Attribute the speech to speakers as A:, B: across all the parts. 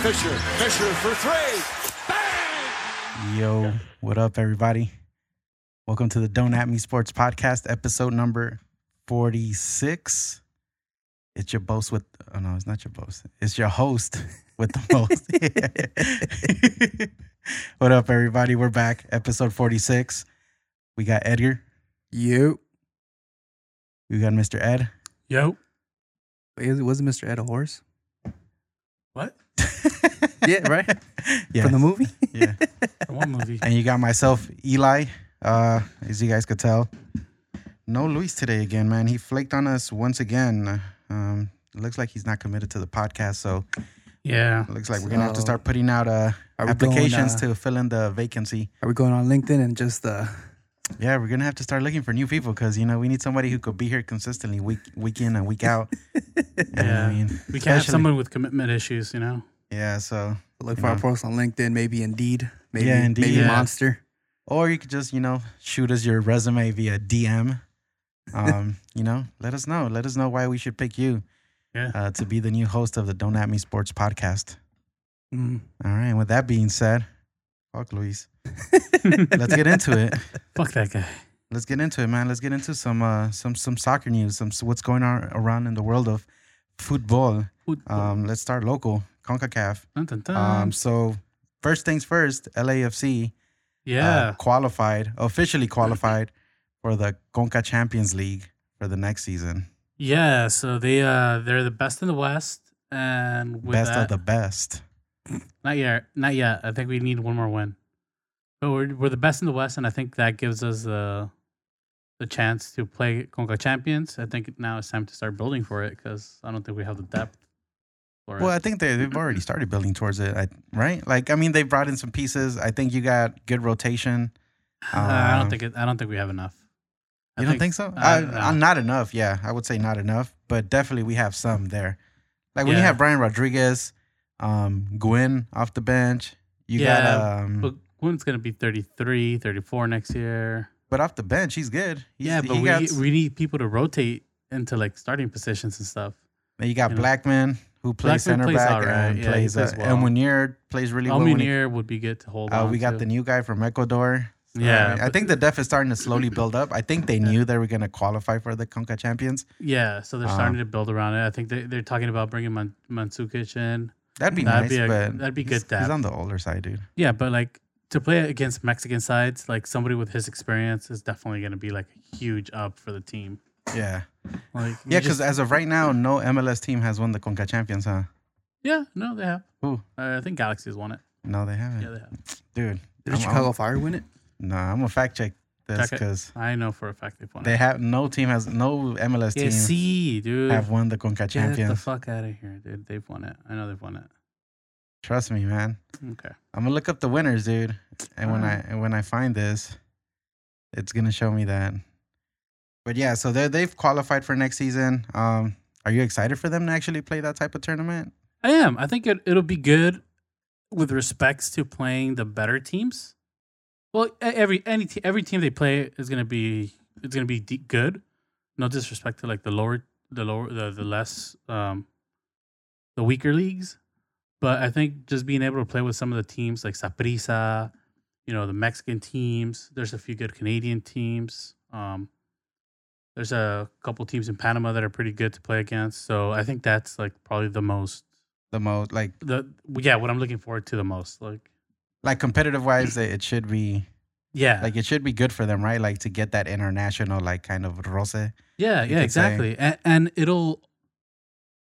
A: Fisher. Fisher for three. Bang!
B: Yo, what up, everybody? Welcome to the Don't At Me Sports Podcast, episode number 46. It's your boast with, oh no, it's not your boast. It's your host with the most. what up, everybody? We're back, episode 46. We got Edgar.
C: You.
B: We got Mr. Ed.
D: Yo.
C: It wasn't Mr. Ed a horse?
D: What?
C: Yeah, right?
B: Yeah.
C: From the movie?
B: yeah.
D: From what movie?
B: And you got myself, Eli. Uh, as you guys could tell, no Luis today again, man. He flaked on us once again. Um, it looks like he's not committed to the podcast, so
D: Yeah.
B: it looks like we're gonna have to
C: So-
B: start putting out uh,
C: Are we going,
B: applications
C: uh,
B: to fill in the vacancy.
C: Are we going on LinkedIn and just uh
B: Yeah, we're gonna have to start looking for new people because you know we need somebody who could be here consistently week week in and week out. You know what
D: Yeah.
B: I mean,
D: We can't have
B: Especially-
D: someone with commitment issues, you know?
B: yeah. So
C: look
B: You
C: for our
B: know.
C: posts on LinkedIn, maybe Indeed, maybe
B: Yeah, Indeed.
C: maybe
D: Yeah.
C: Monster.
B: or you could just you know shoot us your resume via DM. Um, you know, let us know. Let us know why we should pick you.
D: Yeah.
B: uh, to be the new host of the Don't At Me Sports podcast.
C: Mm.
B: All right. With that being said, fuck Luis. Let's get into it.
D: Fuck that guy.
B: Let's get into it, man. Let's get into some uh, some some soccer news. Some what's going on around in the world of football.
D: Who-
B: Um, let's start local Concacaf.
D: dun, dun, dun.
B: Um, so first things first, LAFC uh,
D: yeah.
B: qualified officially qualified for the Conca Champions League for the next season.
D: yeah. So they uh they're the best in the West and with
B: best
D: that,
B: of the best.
D: not yet not yet. I think we need one more win. But we're we're the best in the West and I think that gives us the the chance to play Conca Champions. I think now it's time to start building for it because I don't think we have the depth for
B: Well,
D: it.
B: I think they, they've already started building towards it, I, right? Like, I mean, they brought in some pieces. I think you got good rotation.
D: Uh, I
B: um,
D: don't think it, I don't think we have enough. I
B: You don't think so?
D: I
B: I,
D: don't
B: I,
D: know.
B: not enough. Yeah, I would say not enough, but definitely we have some there. Like when you
D: Yeah.
B: have Brian Rodriguez, um, Gwyn off the bench. You
D: Yeah,
B: got, um, but,
D: But Gwyn's going to be 33, 34 next year.
B: off the bench, he's good. He's,
D: yeah, but
B: he
D: we,
B: got,
D: we need people to rotate into like starting positions and stuff.
B: and you got
D: you know.
B: Blackman who plays
D: Blackman
B: center
D: plays
B: back
D: all right.
B: and
D: Yeah, he
B: plays,
D: plays
B: uh,
D: well.
B: and Winier plays really well. when he-
D: Almunier would be good to hold
B: Uh,
D: on.
B: we got
D: to.
B: the new guy from Ecuador. So,
D: Yeah,
B: I, mean, I
D: but-
B: think the def is starting to slowly build up. I think they knew they were going to qualify for the Conca Champions.
D: yeah. So
B: Uh-huh.
D: they're starting to build around it. I think they, they're talking about bringing Man- Mansukic in.
B: That'd be
D: That'd be
B: nice,
D: a-
B: but
D: that'd be
B: he's-
D: good
B: He's
D: depth.
B: on the older side, dude.
D: Yeah, but like to play against Mexican sides, like somebody with his experience is definitely going to be like a huge up for the team.
B: Yeah,
D: Like we
B: yeah. Because
D: just-
B: as of right now, no MLS team has won the Conca Champions, huh?
D: yeah, no, they have.
B: Who?
D: Uh, I think Galaxy's won it.
B: No, they haven't,
D: Yeah, they have.
B: dude.
C: Did
B: I'm-
C: Chicago
B: I'm-
C: Fire win it?
B: No, I'm gonna fact check this
D: Check it.
B: because
D: I know for a fact they've won
B: they
D: it.
B: have no team has no MLS
D: Yeah,
B: team
D: see, dude.
B: have won the Conca
D: Get the
B: Champions.
D: fuck out of here, dude. They've won it. I know they've won it.
B: Trust me, man.
D: Okay.
B: I'm gonna look up the winners, dude. And when I
D: Alright.
B: and when I find this, it's gonna show me that. But yeah, so they they've qualified for next season. Um, are you excited for them to actually play that type of tournament?
D: I am. I think it, it'll be good with respects to playing the better teams. Well, e- every any te- every team they play is gonna be it's gonna be de- good. No disrespect to like the lower the lower the, the less um the weaker leagues, but I think just being able to play with some of the teams like Saprissa, you know the Mexican teams. There's a few good Canadian teams. Um, there's a couple teams in Panama that are pretty good to play against. So I think that's like probably the most
B: The most like
D: the yeah what I'm looking forward to the most. Like
B: like competitive wise, it should be
D: yeah,
B: like it should be good for them, right? Like to get that international like kind of roce.
D: yeah,
B: you
D: yeah,
B: could say-
D: exactly. And, and it'll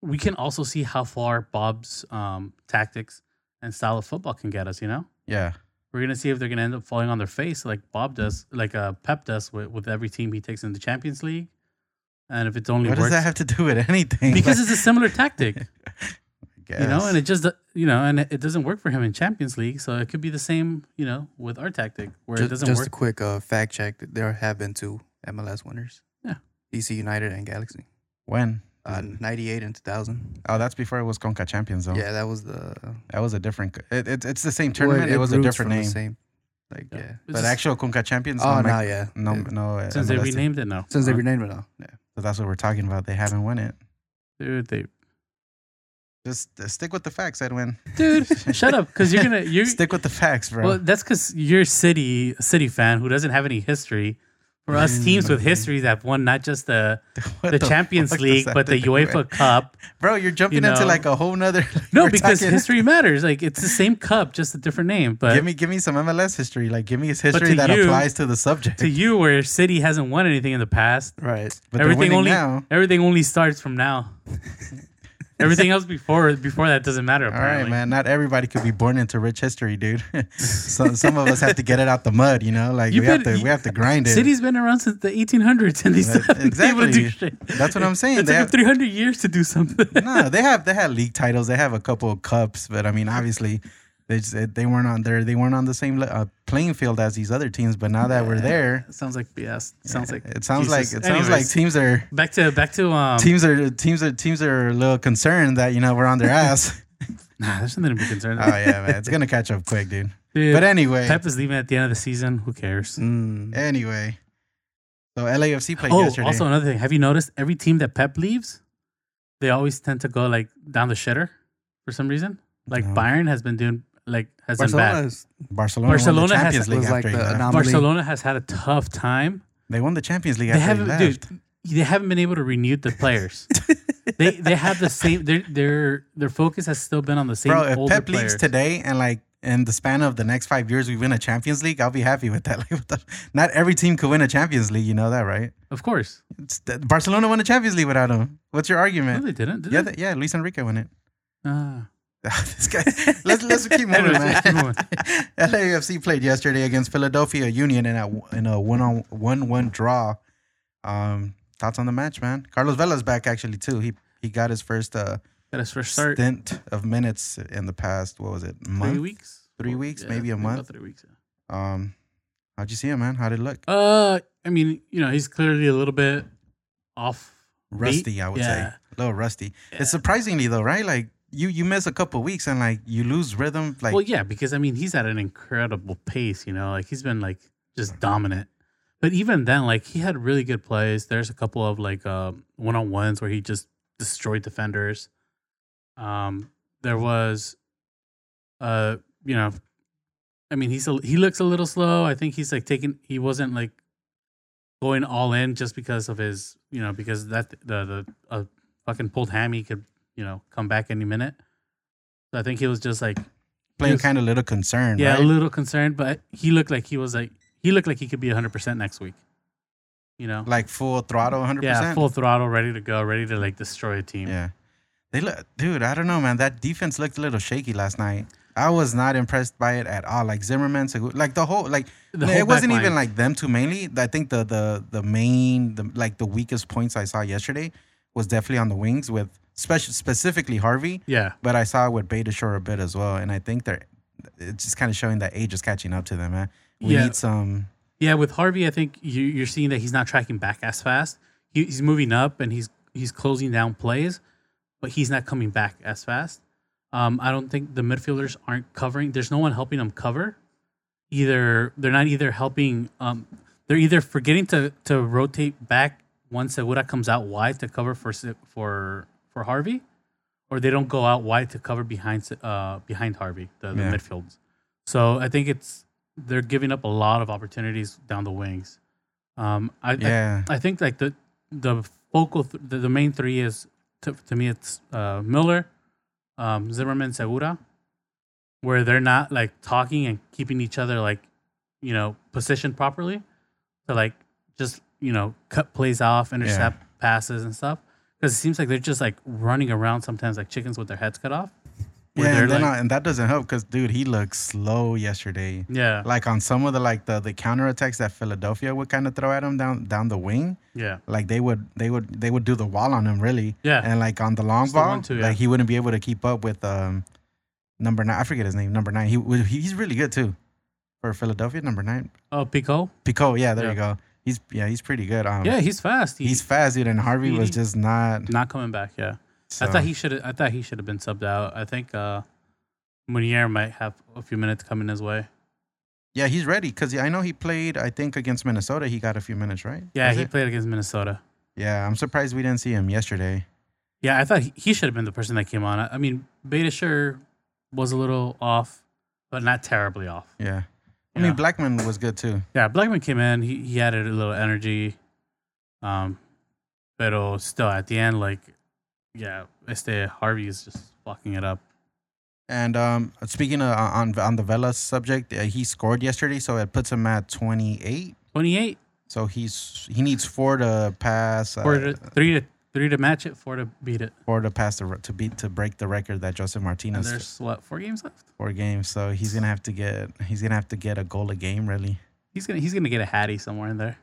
D: we can also see how far Bob's um, tactics and style of football can get us. You know,
B: Yeah,
D: we're gonna see if they're gonna end up falling on their face like Bob does, like uh, Pep does with, with every team he takes in the Champions League. And if it's only
B: what does
D: works
B: that have to do with anything?
D: because
B: Like,
D: it's a similar tactic.
B: I
D: you know,
B: guess.
D: and it just do- you know, and it- it doesn't work for him in Champions League, so it could be the same, you know, with our tactic where
C: Ju-
D: it doesn't
C: just a
D: work.
C: quick uh, fact check. There have been two MLS winners.
D: Yeah.
C: DC United and Galaxy.
B: when?
C: Uh,
B: Mm.
C: 98 and 2000.
B: Oh, that's before it was Conca Champions, though.
C: Yeah, that was the
B: that was a different. It, it, it's the same tournament. it, was a
C: roots
B: different
C: from the
B: name,
C: same. Like yeah.
D: It's
B: but
D: just-
B: actual Conca Champions.
C: Oh
B: no,
C: no,
B: Mex-
C: yeah.
B: No,
C: Yeah.
B: no. uh,
D: since they
B: MLS team.
D: renamed it now,
C: Since they
D: Huh?
C: renamed it all. Yeah.
B: So that's what we're talking about. They haven't won it.
D: dude, they
B: Just uh, stick with the facts, Edwin.
D: dude. shut up, because you're gonna you're
B: Stick with the facts, bro.
D: well. That's because you're a city a city fan who doesn't have any history. For us, teams with history that have won not just the
B: Mm-hmm. What
D: the,
B: fuck
D: Champions
B: does
D: League
B: that
D: but the
B: do with-
D: UEFA Cup.
B: Bro, you're jumping
D: you
B: into
D: know?
B: like a whole nother.
D: No,
B: we're
D: because
B: talking-
D: history matters. Like it's the same cup, just a different name. But
B: Give me, give me some MLS history. Like, give me his history
D: to
B: that
D: you-
B: applies to the subject.
D: to you, where City hasn't won anything in the past,
C: Right.
B: but they're
D: everything
B: winning
D: only
B: now.
D: everything only starts from now. everything else before before that doesn't matter.
B: All right,
D: Apparently.
B: man. Not everybody could be born into rich history, dude. some some of us have to get it out the mud, you know. Like
D: You
B: we have
D: better-
B: to, we have to grind it.
D: City's been around since the 1800s, and they still haven't been able to do
B: exactly.
D: shit.
B: That's what I'm saying.
D: It
B: They
D: took them
B: have,
D: 300 years to do something.
B: no, they have they had league titles. They have a couple of cups, but I mean, obviously, they just, they weren't on there. They weren't on the same le- uh, playing field as these other teams. But now that we're there,
D: sounds like BS. Sounds like
B: it sounds
D: Jesus.
B: like it sounds like
D: Anyways,
B: teams are
D: back to back to um.
B: teams are teams are teams are a little concerned that you know we're on their ass.
D: Nah, there's nothing to be concerned
B: oh
D: about.
B: yeah, man, it's gonna catch up quick, dude.
D: Dude,
B: But anyway,
D: Pep is leaving at the end of the season. Who cares?
C: Mm.
B: anyway, so LAFC played
D: Oh,
B: yesterday.
D: also another thing. Have you noticed every team that Pep leaves, they always tend to go like down the shitter for some reason. Like
B: No.
D: Bayern has been doing like has been
C: Barcelona
D: bad.
C: is,
B: Barcelona, won
D: Barcelona
B: the
D: has-
B: Champions League
C: was
B: after
C: like
B: he
C: the
B: left.
C: anomaly.
D: Barcelona has had a tough time.
B: They won the Champions League
D: they
B: after he
D: haven't,
B: left.
D: dude. They haven't been able to renew the players. they they have the same. Their their their focus has still been on the same.
B: Bro, if
D: older
B: Pep leaves
D: players.
B: today and like in the span of the next five years we win a Champions League, I'll be happy with that. Like, what the, not every team could win a Champions League, you know that, right?
D: of course,
B: It's- that- Barcelona won a Champions League without him. What's your
D: no,
B: argument?
D: they didn't. Did
B: yeah,
D: they?
B: th- yeah, Luis Enrique won it.
D: Ah.
B: this guy. Let's let's keep moving,
D: Anyways,
B: man.
D: keep moving.
B: LAFC played yesterday against Philadelphia Union in a in a one on one one draw. Um, thoughts on the match, man? Carlos Vela's back actually too. He he got his first uh,
D: Got us first start.
B: stint of minutes in the past. What was it? Month?
D: Three weeks.
B: Three
D: Four-
B: weeks,
D: yeah,
B: maybe a
D: about
B: month.
D: Three weeks. yeah.
B: Um, how'd you see him, man? How'd it look?
D: Uh, I mean, you know, he's clearly a little bit off. beat.
B: Rusty, I would
D: Yeah.
B: say. A little rusty.
D: Yeah.
B: It's surprisingly though, right? Like you you miss a couple weeks and like you lose rhythm. Like
D: well, yeah, because I mean, he's at an incredible pace. You know, like he's been like just dominant. But even then, like he had really good plays. There's a couple of like um one on ones where he just destroyed defenders. Um, there was, uh, you know, I mean, he's a, he looks a little slow. I think he's like taking. He wasn't like going all in just because of his, you know, because that the the uh, fucking pulled hammy could, you know, come back any minute. So I think he was just like
B: playing
D: yes.
B: kind of little concerned.
D: yeah,
B: right?
D: a little concerned, but he looked like he was like he looked like he could be 100% next week. You know.
B: like full throttle, hundred
D: yeah,
B: percent.
D: full throttle, ready to go, ready to like destroy a team.
B: Yeah. They look, dude. I don't know, man. That defense looked a little shaky last night. I was not impressed by it at all. Like Zimmerman, Segu- like the whole, like
D: The
B: it
D: whole back
B: wasn't
D: line.
B: even like them two mainly. I think the the the main, the, like the weakest points I saw yesterday was definitely on the wings with special specifically Harvey,
D: Yeah.
B: but I saw with Beta Shore a bit as well, and I think they're it's just kind of showing that age is catching up to them, man. We
D: Yeah.
B: need some
D: Yeah, with Harvey, I think you, you're seeing that he's not tracking back as fast. He, he's moving up and he's he's closing down plays, but he's not coming back as fast. Um, I don't think the midfielders aren't covering. There's no one helping them cover. Either they're not either helping. Um, they're either forgetting to to rotate back once Segura comes out wide to cover for Se- for for Harvey, or they don't go out wide to cover behind Se- uh, behind Harvey the, the
B: Yeah.
D: midfields. So I think it's they're giving up a lot of opportunities down the wings. Um, I, I-
B: yeah.
D: I, think like the the focal th- the, the main three is to, to me it's uh, Miller, um, Zimmerman, Segura, where they're not like talking and keeping each other like you know positioned properly to like just you know cut plays off, intercept passes and stuff. Because it seems like they're just like running around sometimes like chickens with their heads cut off. where
B: Yeah,
D: they're,
B: and, they're
D: like-
B: not- and that doesn't help because dude, he looked slow yesterday.
D: Yeah,
B: like on some of the like the the counterattacks that Philadelphia would kind of throw at him down down the wing,
D: yeah,
B: like they would they would they would do the wall on him really,
D: yeah.
B: and like on the long
D: Just the
B: ball,
D: one, two, yeah.
B: like he wouldn't be able to keep up with um number nine. I forget his name, number nine. He was- he's really good too for Philadelphia, number nine.
D: oh, Pico.
B: Pico, yeah, there
D: Yeah.
B: you go. He's yeah, he's pretty good. Um,
D: Yeah, he's fast. He-
B: he's fast, dude, and Harvey
D: he-
B: was just not.
D: not coming back. Yeah,
B: So.
D: I thought he should. I thought he should have been subbed out. I think uh, Munier might have a few minutes coming his way.
B: yeah, he's ready because I know he played. I think against Minnesota, he got a few minutes, right?
D: Yeah,
B: Was
D: he
B: it?
D: played against Minnesota.
B: Yeah, I'm surprised we didn't see him yesterday.
D: Yeah, I thought he, he should have been the person that came on. I, I mean, Beta sure was a little off, but not terribly off.
B: Yeah. I
D: Yeah.
B: mean, Blackman was good too.
D: Yeah, Blackman came in. He he added a little energy, um, but oh, still at the end, like, yeah, este Harvey is just fucking it up.
B: And um, speaking of, on on the Vela subject, uh, he scored yesterday, so it puts him at 28.
D: Twenty eight,
B: So he's he needs four to pass uh,
D: four to three to three to match it, four to beat it.
B: four to pass the re- to beat to break the record that Joseph
D: And
B: Martinez
D: there's what four games left.
B: four games. So he's gonna have to get he's gonna have to get a goal a game really.
D: He's gonna he's gonna get a hattie somewhere in there.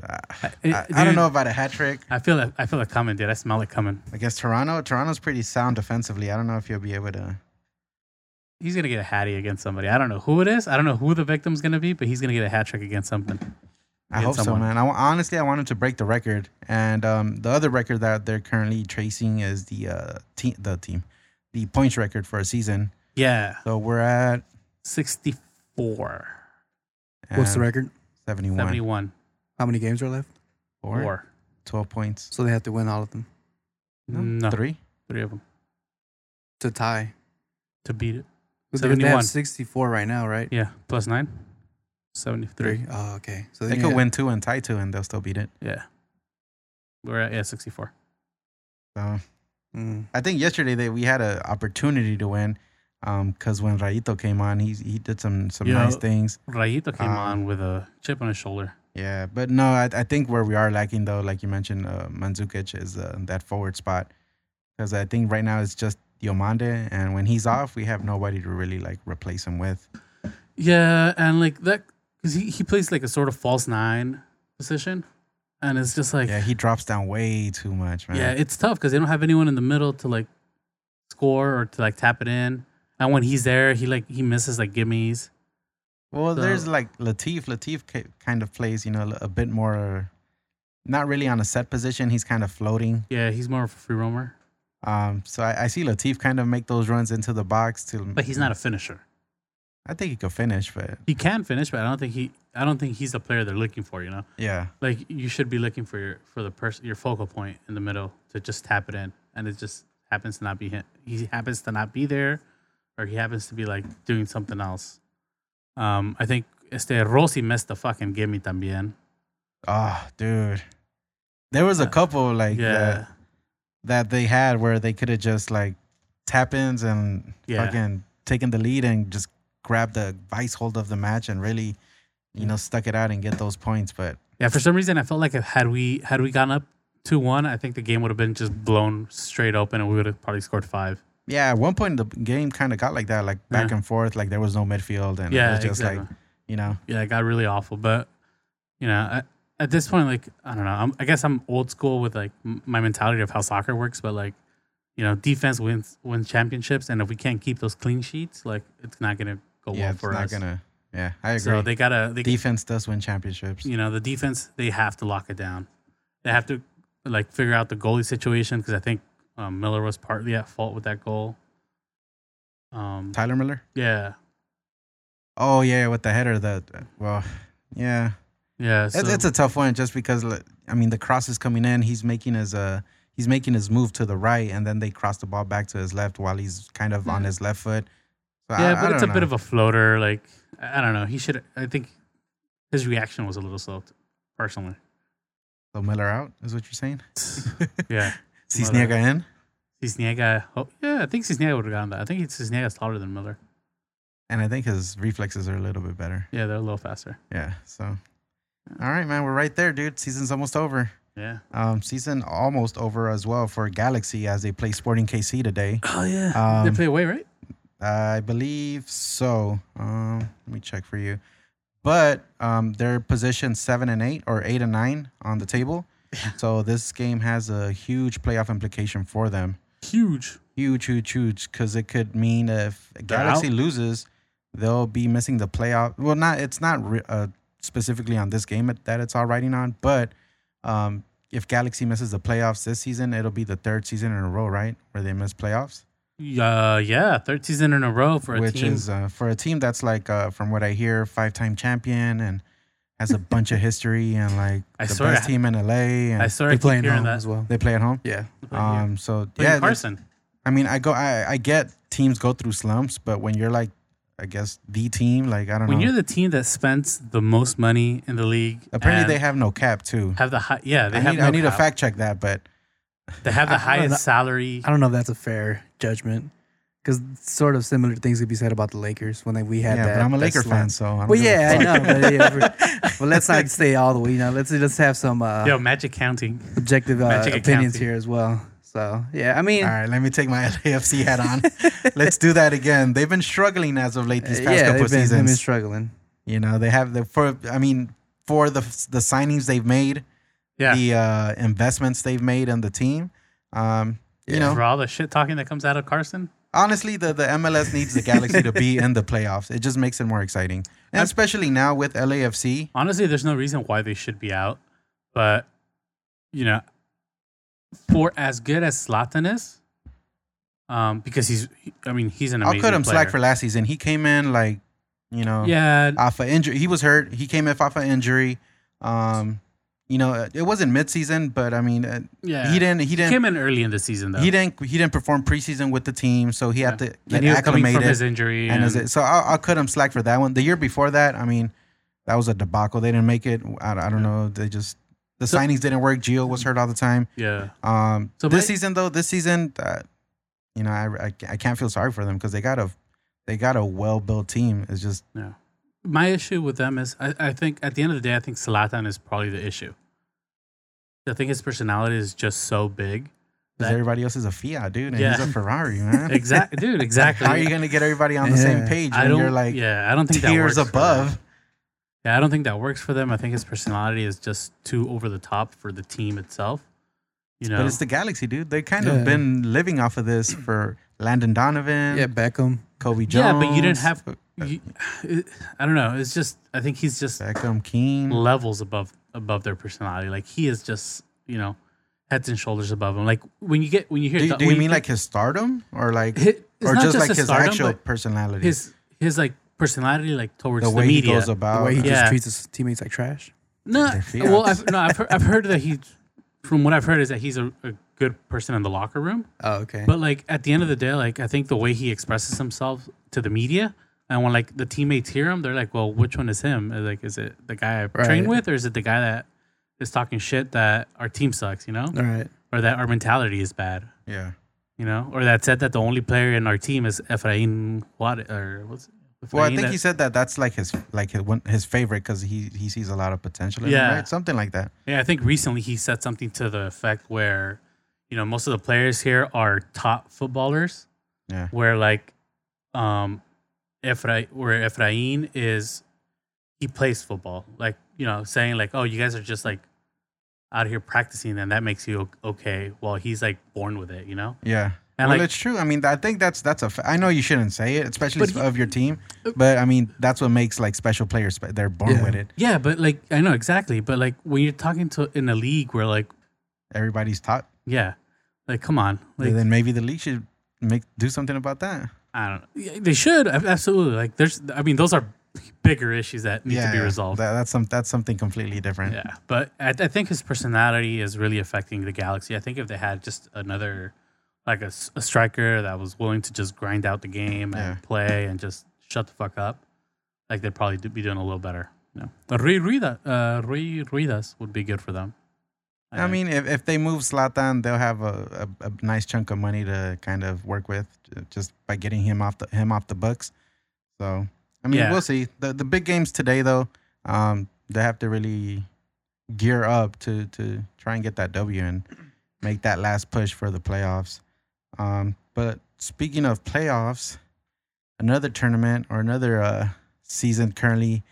B: Uh,
D: I,
B: I, I don't know about a hat trick
D: I feel it. I feel it coming, dude. I smell it coming.
B: against Toronto. Toronto's pretty sound defensively. I don't know if you'll be able to.
D: He's gonna get a hattie against somebody. I don't know who it is. I don't know who the victim's gonna be, but he's gonna get a hat trick against something.
B: I
D: Get
B: hope
D: someone.
B: so, man. I wa- honestly, I want him to break the record. And um, the other record that they're currently tracing is the uh, te- the team, the points record for a season.
D: Yeah,
B: So we're at
D: sixty four.
C: What's the
B: uh,
C: record?
B: 71.
D: 71
C: How many games are left?
B: Four?
D: four
B: 12 points.
C: So they have to win all of them
D: no three.
B: Three?
D: of them
C: to tie.
D: to beat it
C: But they're- They
D: 71.
C: have 64 right now, right?
D: yeah plus nine 73
C: Three. Oh, okay. So
B: They
C: need
B: could
C: to-
B: win two and tie two, and they'll still beat it.
D: yeah we're at yeah 64
B: So
C: Mm.
B: I think yesterday they, we had an opportunity to win because when Rayito came on, he, he did some, some
D: Yeah.
B: nice things.
D: Rayito came
B: Um,
D: on with a chip on his shoulder
B: Yeah, but no, I, I think where we are lacking though, like you mentioned, uh, Mandzukic is uh, that forward spot because I think right now it's just Diomande, and when
D: Mm.
B: he's off, we have nobody to really like replace him with.
D: yeah and like that because he, he plays like a sort of false nine position and it's just like
B: Yeah,
D: yeah,
B: he drops down way too much, man.
D: it's tough because they don't have anyone in the middle to like score or to like tap it in and when he's there he like he misses like gimmies
B: Well,
D: So-
B: there's like Latif. Latif ki- kind of plays, you know, a bit more, not really on a set position. He's kind of floating.
D: yeah he's more of a free roamer
B: Um, so I, I see Latif kind of make those runs into the box to.
D: but he's not a finisher
B: I think he could finish, but
D: he can finish, but I don't think he. I don't think he's the player they're looking for. You know,
B: yeah,
D: like you should be looking for your for the person your focal point in the middle to just tap it in, and it just happens to not be him. He happens to not be there, or he happens to be like doing something else. Um, I think este Rossi missed the fucking gimme también.
B: oh, dude, there was a couple like
D: Uh, yeah,
B: that- that they had where they could have just like tap ins and
D: Yeah.
B: fucking taken the lead and just grabbed the vice hold of the match and really, you know, stuck it out and get those points. But
D: yeah. For some reason, I felt like if had we had we gone up two one, I think the game would have been just blown straight open, and we would have probably scored five.
B: yeah, at one point the game kind of got like that, like back
D: Yeah.
B: and forth, like there was no midfield and
D: Yeah,
B: it was just
D: exactly.
B: like, you know,
D: yeah, it got really awful. But you know, I, at this point, like I don't know. I'm, I guess I'm old school with like m- my mentality of how soccer works. But like, you know, defense wins wins championships, and if we can't keep those clean sheets, like it's not gonna go
B: yeah,
D: well
B: it's
D: for
B: not
D: us.
B: gonna, yeah, I agree.
D: so they gotta they
B: Defense does win championships.
D: you know the defense they have to lock it down. They have to like figure out the goalie situation because I think um, Miller was partly at fault with that goal. Um,
B: Tyler Miller?
D: yeah,
B: Oh, yeah, with the header, the, well, yeah.
D: yeah.
B: It's, it's a tough one just because like, I mean the cross is coming in. He's making his uh he's making his move to the right, and then they cross the ball back to his left while he's kind of on his left foot. So
D: Hmm. Yeah, but it's a bit of a floater. Like I I don't know. He should. I think his reaction was a little slow, t- personally.
B: so Miller out is what you're saying.
D: yeah,
B: Cisniega in,
D: Cisniega. Oh, yeah, I think Cisniega would have gotten that. I think it's Cisniega's taller than Miller.
B: and I think his reflexes are a little bit better.
D: Yeah, they're a little faster.
B: Yeah, so all right, man, we're right there, dude. Season's almost over.
D: Yeah.
B: Um, season almost over as well for Galaxy as they play Sporting KC today.
D: Oh yeah. they
B: Um,
D: play away, right?
B: I believe so. Um, let me check for you. But um, they're positioned seven and eight or eight and nine on the table. So this game has a huge playoff implication for them.
D: Huge.
B: Huge, huge, huge, because it could mean if
D: They're
B: Galaxy
D: out?
B: loses, they'll be missing the playoff. Well, not it's not re- uh, specifically on this game that it's all writing on, but um, if Galaxy misses the playoffs this season, it'll be the third season in a row, right, where they miss playoffs
D: Yeah, yeah. Third season in a row for a
B: which
D: team.
B: is uh, for a team that's like uh, from what I hear, five-time champion and has a bunch of history and like
D: I
B: the
D: swear
B: best
D: I-
B: team in LA. And
D: I sorry
C: They're
D: keep
C: playing
D: hearing
C: home
D: that.
C: as well.
B: they play at home.
C: Yeah.
D: um,
B: Um, so
D: yeah,
B: yeah, there's-
D: Carson.
B: I mean, I go, I, I get teams go through slumps, but when you're like, I guess the team, like I don't
D: When
B: know.
D: you're the team that spends the most money in the league,
B: Apparently,
D: and
B: they have no cap too.
D: have the high. Yeah, they
B: I
D: have.
B: need,
D: no
B: I need to
D: cap.
B: fact check that, but
D: They have the
C: I- I don't know
D: highest
C: that-
D: salary.
C: I don't know if that's a fair judgment because sort of similar things could be said about the Lakers when they, we had
B: yeah,
C: that.
B: but I'm a
C: that
B: Laker
C: slump.
B: fan, so I don't
C: Well,
B: give a
C: yeah, I
B: fuck.
C: know. But, yeah, we're- well, let's not stay all the way. You know, let's let's have some uh,
D: Yo, magic counting.
C: objective uh,
D: Magic
C: opinions
D: accounting.
C: here as well. So yeah, I mean,
B: All right, let me take my LAFC hat on. Let's do that again. They've been struggling as of late these
C: uh,
B: past
C: yeah,
B: couple
C: they've been, they've been
B: seasons.
C: struggling.
B: you know, they have the for. I mean, for the the signings they've made,
D: Yeah,
B: the uh, investments they've made in the team. Um, you
C: Yeah.
B: know,
D: for all the shit talking that comes out of Carson.
B: honestly, the, the MLS needs the Galaxy to be in the playoffs. It just makes it more exciting, and especially now with LAFC.
D: Honestly, there's no reason why they should be out, but you know, for as good as Slatan is, um, because he's, I mean, he's an
B: I'll
D: amazing.
B: cut him
D: player.
B: slack for Uh, last season. He came in like, you know,
D: Yeah,
B: off a injury. He was hurt. He came in off an injury. Um, you know, it wasn't midseason, but I mean, uh,
D: yeah.
B: he didn't. He
D: He
B: didn't.
D: came in early in the season though.
B: he didn't. He didn't perform preseason with the team, so he had
D: Yeah.
B: to get
D: and he was coming
B: acclimated.
D: from his injury.
B: and is it so I'll, I'll cut him slack for that one the year before that i mean that was a debacle they didn't make it i, I don't know they just the
D: So-
B: signings didn't work Gio was hurt all the time
D: yeah,
B: um
D: So
B: this
D: my-
B: season though this season uh, you know I, I i can't feel sorry for them because they got a they got a well-built team it's just
D: my issue with them is I, I think at the end of the day I think Slatan is probably the issue. I think his personality is just so big.
B: because
D: That-
B: everybody else is a fiat dude and he's
D: Yeah.
B: a ferrari man
D: Exactly, dude. Exactly.
B: how are you gonna get everybody on the same
C: Yeah.
B: page
D: I
B: when
D: don't.
B: you're like
D: yeah, I don't think that works
B: tiers
D: for them.
B: above
D: Yeah, I don't think that works for them. I think his personality is just too over the top for the team itself. You know,
B: but it's the galaxy dude they kind
C: Yeah.
B: of been living off of this for landon donovan
C: Yeah, Beckham.
B: kobe jones
D: yeah, but you didn't have. You, I don't know. It's just I think he's just
B: Beckham Keane.
D: levels above above their personality. Like he is just you know heads and shoulders above him. Like when you get when you hear
B: Do,
D: the-
B: do you
D: when
B: mean
D: get-
B: like his stardom or like
D: hi- it's
B: or
D: not
B: just like
D: the
B: his
D: stardom,
B: actual
D: but
B: personality?
D: his his like personality like towards
B: the
D: the
B: way he
D: media.
B: goes
C: The
B: about
C: way he
D: Yeah.
C: just treats his teammates like trash.
D: No,
B: Their fiats.
D: well, I've, no, I've heard, I've heard that he, from what I've heard, is that he's a, a good person in the locker room.
C: Oh, okay.
D: But like at the end of the day, like I think the way he expresses himself to the media, and when like the teammates hear him, they're like, "Well, which one is him? Uh, Like, is it the guy I trained
C: Right.
D: with, or is it the guy that is talking shit that our team sucks, you know,
C: All right.
D: or that our mentality is bad,
B: yeah.
D: you know, or that said that the only player in our team is Efrain Juarez, or what's
B: Well, I
D: Efrain
B: think
D: that-
B: he said that that's like his like his, one, his favorite because he he sees a lot of potential. In yeah,
D: Yeah.
B: him, right? something like that.
D: Yeah, I think recently he said something to the effect where, you know, most of the players here are top footballers.
B: Yeah.
D: Where like, um, Efra, where Efrain is, he plays football. Like you know, saying like, oh, you guys are just like out here practicing, and that makes you o- okay. Well, he's like born with it, you know.
B: Yeah,
D: And
B: well,
D: like,
B: it's true. I mean, I think that's that's a. Fa- I know you shouldn't say it, especially
D: But he- uh,
B: of your team. But I mean, that's what makes like special players. spe- They're born
C: Yeah.
B: with it.
D: yeah, but like I know exactly, but like when you're talking to in a league where like,
B: Everybody's taught.
D: yeah, like come on, like
B: then maybe the league should make do something about that.
D: I don't know. Yeah, They should ab- absolutely. Like there's, I mean, those are bigger issues that need to be resolved.
B: That, that's some that's something completely different.
D: yeah, but I, I think his personality is really affecting the galaxy. I think if they had just another, like a, s- a striker that was willing to just grind out the game and
B: Yeah.
D: play and just shut the fuck up, like they'd probably do, be doing a little better. You know, but Rui Ruida, uh, Rui Ruidas would be good for them.
B: I
D: think.
B: mean, if, if they move Zlatan, they'll have a, a, a nice chunk of money to kind of work with uh, just by getting him off the him off the books. So I mean,
D: Yeah.
B: we'll see. the The big games today, though, um, they have to really gear up to to try and get that W and make that last push for the playoffs. Um, but speaking of playoffs, another tournament or another uh, season currently,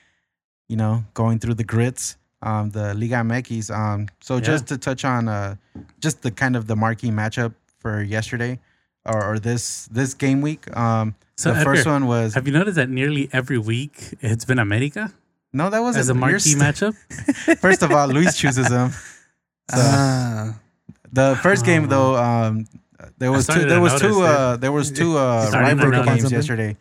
B: you know, going through the grits, um, the Liga MX. Um, so
D: Yeah.
B: just to touch on uh, just the kind of the marquee matchup for yesterday or, or this this game week. Um,
D: so
B: the
D: have,
B: first
D: you,
B: one was
D: have you noticed that nearly every week it's been America
B: no, that wasn't
D: as a
B: you're
D: marquee
B: st-
D: matchup?
B: First of all, Luis chooses him. So-
D: Uh,
B: uh,
C: Ah,
B: The first game
D: Oh.
B: though, um, there was two.
D: started to
B: There was
D: notice,
B: two.
D: dude.
B: Uh, there was two uh,
D: Starting to
B: rivalry
D: notice.
B: games
C: Something?
B: yesterday.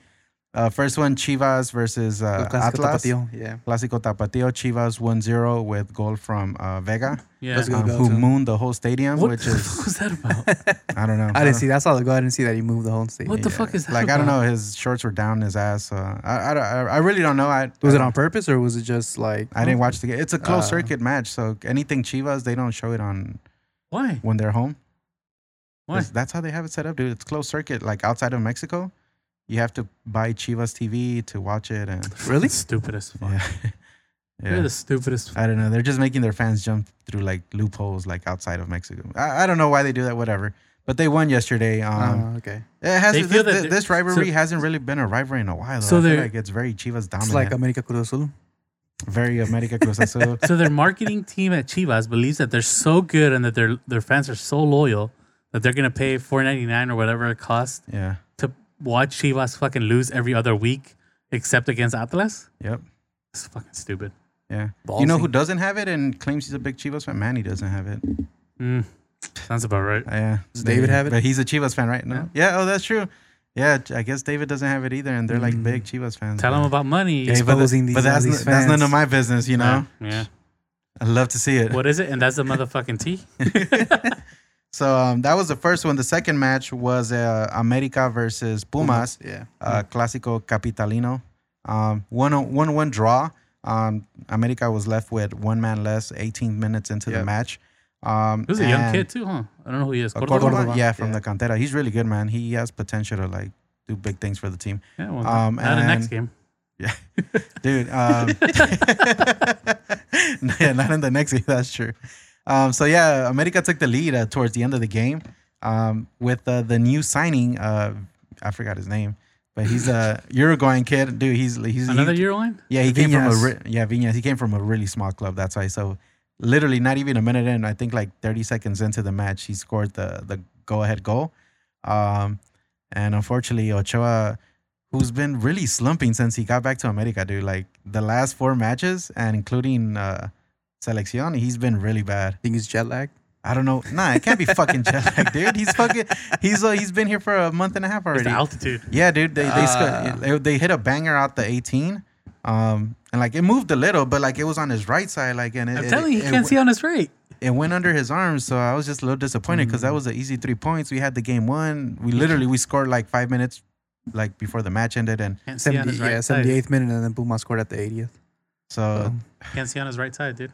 B: Uh, first one, Chivas versus uh,
C: El Clásico
B: Atlas.
C: Tapatio, Yeah.
B: Clásico Tapatio. Chivas 1-0 with goal from uh, Vega,
D: Yeah.
C: Let's go.
B: um, who
C: to-
B: mooned the whole stadium,
D: What,
B: which is,
D: was that about?
B: I don't know. Uh,
C: I didn't see that. I saw the goal. I didn't see that he moved the whole state.
D: What the fuck is that?
B: Like, I don't
D: about?
B: know. His shorts were down his ass. So I, I, don't- I, I really don't know. I
C: Was it on purpose or was it just like
B: I didn't watch the game. It's a closed
C: Uh.
B: circuit match, so anything Chivas, they don't show it on
D: Why?
B: when they're home.
D: Why?
B: 'Cause That's how they have it set up, dude. It's closed circuit. Like outside of Mexico, you have to buy Chivas TV to watch it, and
C: really?
D: Stupid as fuck.
B: yeah,
D: They're
B: yeah.
D: the stupidest.
B: I don't know. They're just making their fans jump through like loopholes, like outside of Mexico. I, I don't know why they do that. Whatever. But they won yesterday. Um,
C: oh, okay.
B: it has
D: Uh, They
B: this,
D: feel that they're-
B: this rivalry
D: so-
B: hasn't really been a rivalry in a while. Though.
D: So
B: I feel
D: they're-
B: like it's very Chivas dominant.
C: It's like America Cruz Azul.
B: very America Cruz Azul.
D: So their marketing team at Chivas believes that they're so good and that their their fans are so loyal that they're gonna pay four ninety nine or whatever it costs
B: yeah.
D: to watch Chivas fucking lose every other week except against Atlas.
B: Yep.
D: It's fucking stupid.
B: Yeah. You know
C: Ballsy.
B: who doesn't have it and claims he's a big Chivas fan? Manny doesn't have it.
D: Mm, sounds about right.
B: Yeah.
C: Does David have it?
B: But he's a Chivas fan, right? No. Yeah. Oh, that's true. Yeah. I guess David doesn't have it either, and they're like big Chivas fans.
D: Mm. Tell
B: but-
D: them about money.
B: Hey, but,
C: Exposing these-
B: but that's,
C: all these
B: that's none of
C: fans.
B: my business, you know?
D: Yeah.
B: I'd love to see it.
D: What is it? And that's the motherfucking T.
B: So um, that was the first one. The second match was uh, America versus Pumas.
D: Mm-hmm.
C: Yeah.
B: uh, Clásico Capitalino. Um, one, one, one draw. Um, America was left with one man less 18 minutes into the
C: Yep.
B: match. Um,
D: Who's a young
B: and-
D: kid too, huh? I don't know who he is.
B: uh,
D: Córdoba?
B: Córdoba?
C: Córdoba,
B: Yeah, from
C: yeah.
B: the Cantera. He's really good, man. He has potential to like do big things for the team.
D: Yeah, well,
B: Um,
D: not the next
B: and-
D: game.
B: Yeah, dude. Um, yeah, not in the next game. That's true. Um, so yeah, America took the lead uh, towards the end of the game um, with uh, the new signing. Uh, I forgot his name, but he's a Uruguayan kid, dude. He's he's he-
D: Another year line?
B: yeah, he came from a
C: Viñas.
B: re- yeah Viñas. He came from a really small club. That's why. So literally, not even a minute in, I think like thirty seconds into the match, he scored the the go ahead goal. Um, and unfortunately, Ochoa, who's been really slumping since he got back to America, dude. Like the last four matches, and including uh, Selección, he's been really bad.
C: Think he's jet lag.
B: I don't know. Nah, it can't be fucking jet lag, dude. He's fucking. He's uh, he's been here for a month and a half
D: It's
B: already.
D: the altitude.
B: Yeah, dude, they they, sco-
C: Ah.
B: they they hit a banger out the 18, um, and like it moved a little, but like it was on his right side, like and it,
D: I'm
B: it-
D: telling you,
B: it,
D: he can't
B: it,
D: see on his right.
B: It went under his arm, so I was just a little disappointed because
D: Mm.
B: that was an easy three points. We had the game won. We literally we scored like five minutes, like before the match ended, and
D: Can't see on
C: 70,
D: his right
C: yeah,
D: side.
C: 78th minute, and then Puma scored at the 80th.
B: so
D: Can't see on his right side, dude.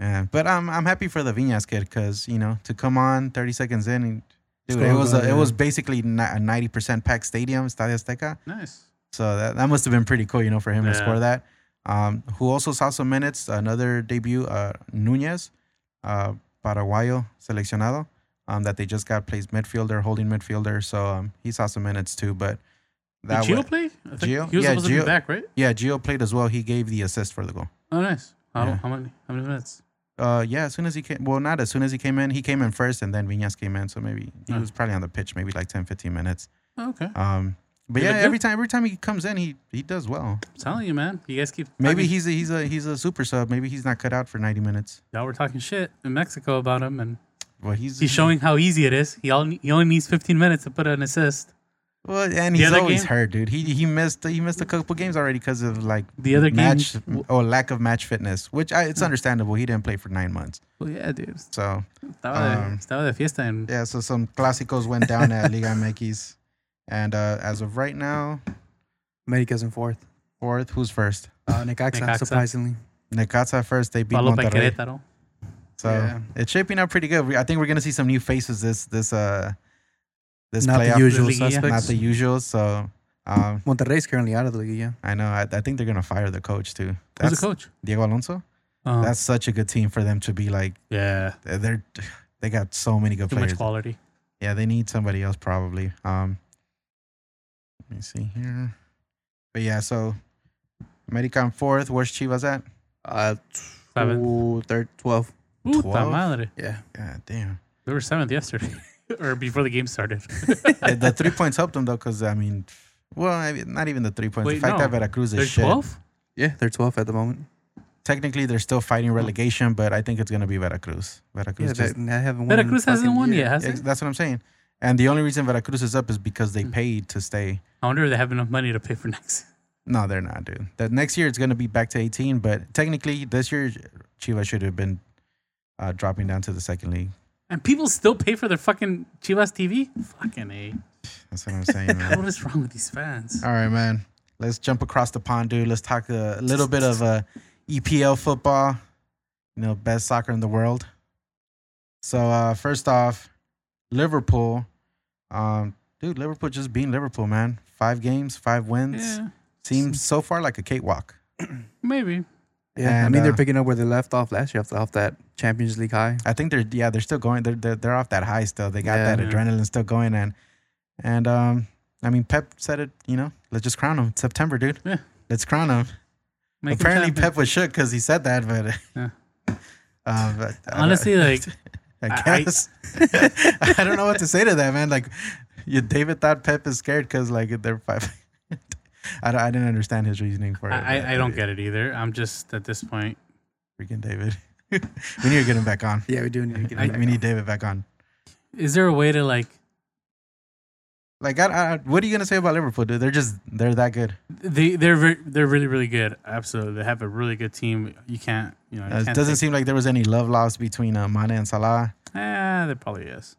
B: yeah. But I'm I'm happy for the Viñas kid because you know to come on 30 seconds in. And, Dude,
C: Score
B: it
C: a
B: was
C: goal,
B: a,
C: yeah.
B: it was basically ni- a ninety percent packed stadium, Estadio Azteca.
D: Nice.
B: So that, that must have been pretty cool, you know, for him to
D: Yeah.
B: score that. Um, who also saw some minutes, another debut, uh, Nunez, uh, Paraguayo seleccionado, um, that they just got plays midfielder, holding midfielder. So um, he saw some minutes too. But
D: Did
B: that
D: Gio
B: wa-
D: play? I think
B: Gio?
D: He was
B: Yeah,
D: supposed to
B: Gio-
D: be back, right?
B: yeah, Gio played as well. He gave the assist for the goal.
D: Oh, nice. How,
B: Yeah.
D: how many? How many minutes?
B: Uh, yeah, as soon as he came, well, not as soon as he came in, he came in first, and then Viñas came in. So maybe he
D: Oh.
B: was probably on the pitch, maybe like 10, 15 minutes.
D: Oh, okay.
B: Um, but
D: He
B: yeah,
D: looked good.
B: every time every time he comes in, he he does well.
D: I'm telling you, man. You guys keep
B: Maybe
D: talking-
B: he's a, he's a he's a super sub. Maybe he's not cut out for 90 minutes.
D: y'all were talking shit in Mexico about him, and
B: Well, he's
D: he's showing how easy it is. He all he only needs 15 minutes to put an assist.
B: Well, and
D: The
B: he's
D: other
B: always
D: game-
B: hurt, dude. He he missed he missed a couple games already because of like
D: The other
B: match
D: game, Hmm.
B: or lack of match fitness, which I, it's understandable. He didn't play for nine months,
D: well, Oh, yeah, dude.
B: so
D: Estaba, de,
B: Um,
D: estaba de fiesta, and
B: yeah. So some clásicos went down at Liga MX, and uh, as of right now,
C: America's in fourth.
B: fourth. Who's first?
C: Uh, Necaxa,
D: Necaxa.
C: surprisingly.
B: Necaxa first. They beat
D: Pablo pa'
B: Monterrey.
D: Querétaro.
B: So
C: Yeah.
B: it's shaping up pretty good. We- I think we're gonna see some new faces this this uh this
C: Not
B: playoff.
C: the usual
D: Liguilla.
C: suspects.
B: Not the usual. So. Um,
C: Monterrey's currently out of the league, yeah.
B: I know. I, I think they're gonna fire the coach too.
D: Who's the
B: That's
D: coach?
B: Diego Alonso.
D: Oh,
B: That's such a good team for them to be like.
D: yeah.
B: They're they got so many good
D: Too
B: players.
D: much quality.
B: Yeah, they need somebody else probably. Um, let me see here. But yeah, so America in fourth. Where's Chivas at?
C: Uh,
D: Seventh.
C: two, third, 12th.
D: Puta
B: 12?
D: madre.
C: Yeah.
B: God damn.
D: We were seventh yesterday, or before the game started.
B: Uh, the three points helped them though, because I mean, well, I mean, not even the three points. the
D: Wait,
B: fact
D: no.
B: that Veracruz
D: They're
B: is shit.
D: twelve.
C: Yeah, they're 12th at the moment.
B: Technically, they're still fighting relegation, but I think it's gonna be Veracruz. Veracruz
C: Yeah,
B: just
C: they, they haven't won. in
D: Veracruz hasn't
C: fucking
D: won
C: years.
D: yet, has
B: Ex-
D: it? Hmm.
B: That's what I'm saying. And the only reason Veracruz is up is because they paid to stay.
D: I wonder if they have enough money to pay for next.
B: No, they're not, dude. That next year it's going to be back to 18, but technically this year Chivas should have been uh, dropping down to the second league.
D: And people still pay for their fucking Chivas TV? Fucking A.
B: That's what I'm saying, man.
D: What is wrong with these fans?
B: All right, man. Let's jump across the pond, dude. Let's talk a little bit of uh, EPL football. You know, best soccer in the world. So uh, first off, Liverpool. Um, dude, Liverpool just being Liverpool, man. Five games, five wins.
D: Yeah,
B: Seems so far like a cakewalk.
D: maybe.
C: Yeah, I
B: And,
C: mean
B: uh,
C: they're picking up where they left off last year off, off that Champions League high.
B: I think they're yeah they're still going they're they're, they're off that high still they got
C: Yeah.
B: that adrenaline still going and and um I mean Pep said it you know let's just crown him It's September dude
D: Yeah.
B: let's crown him
D: Make it
B: apparently
D: happen.
B: Pep was shook because he said that but,
D: Yeah.
B: uh, but I don't-
D: Honestly, like I-
B: I
D: I-
B: guess I, don't know what to say to that man like you, David thought Pep is scared because like they're five I don't, I didn't understand his reasoning for it
D: I,
B: but
D: I, I don't get it either. I'm just at this point.
B: freaking David we need to get him back on
C: Yeah, we do need to get
B: we, we need David back on.
D: Is there a way to like?
B: Like, I, I, what are you gonna say about Liverpool, dude? They're just they're that good.
D: They they're ver- they're really really good. Absolutely, they have a really good team. You can't you know. you
B: Uh, it
D: can't
B: doesn't
D: take-
B: seem like there was any love lost between uh, Mane and Salah.
D: Ah, there probably is.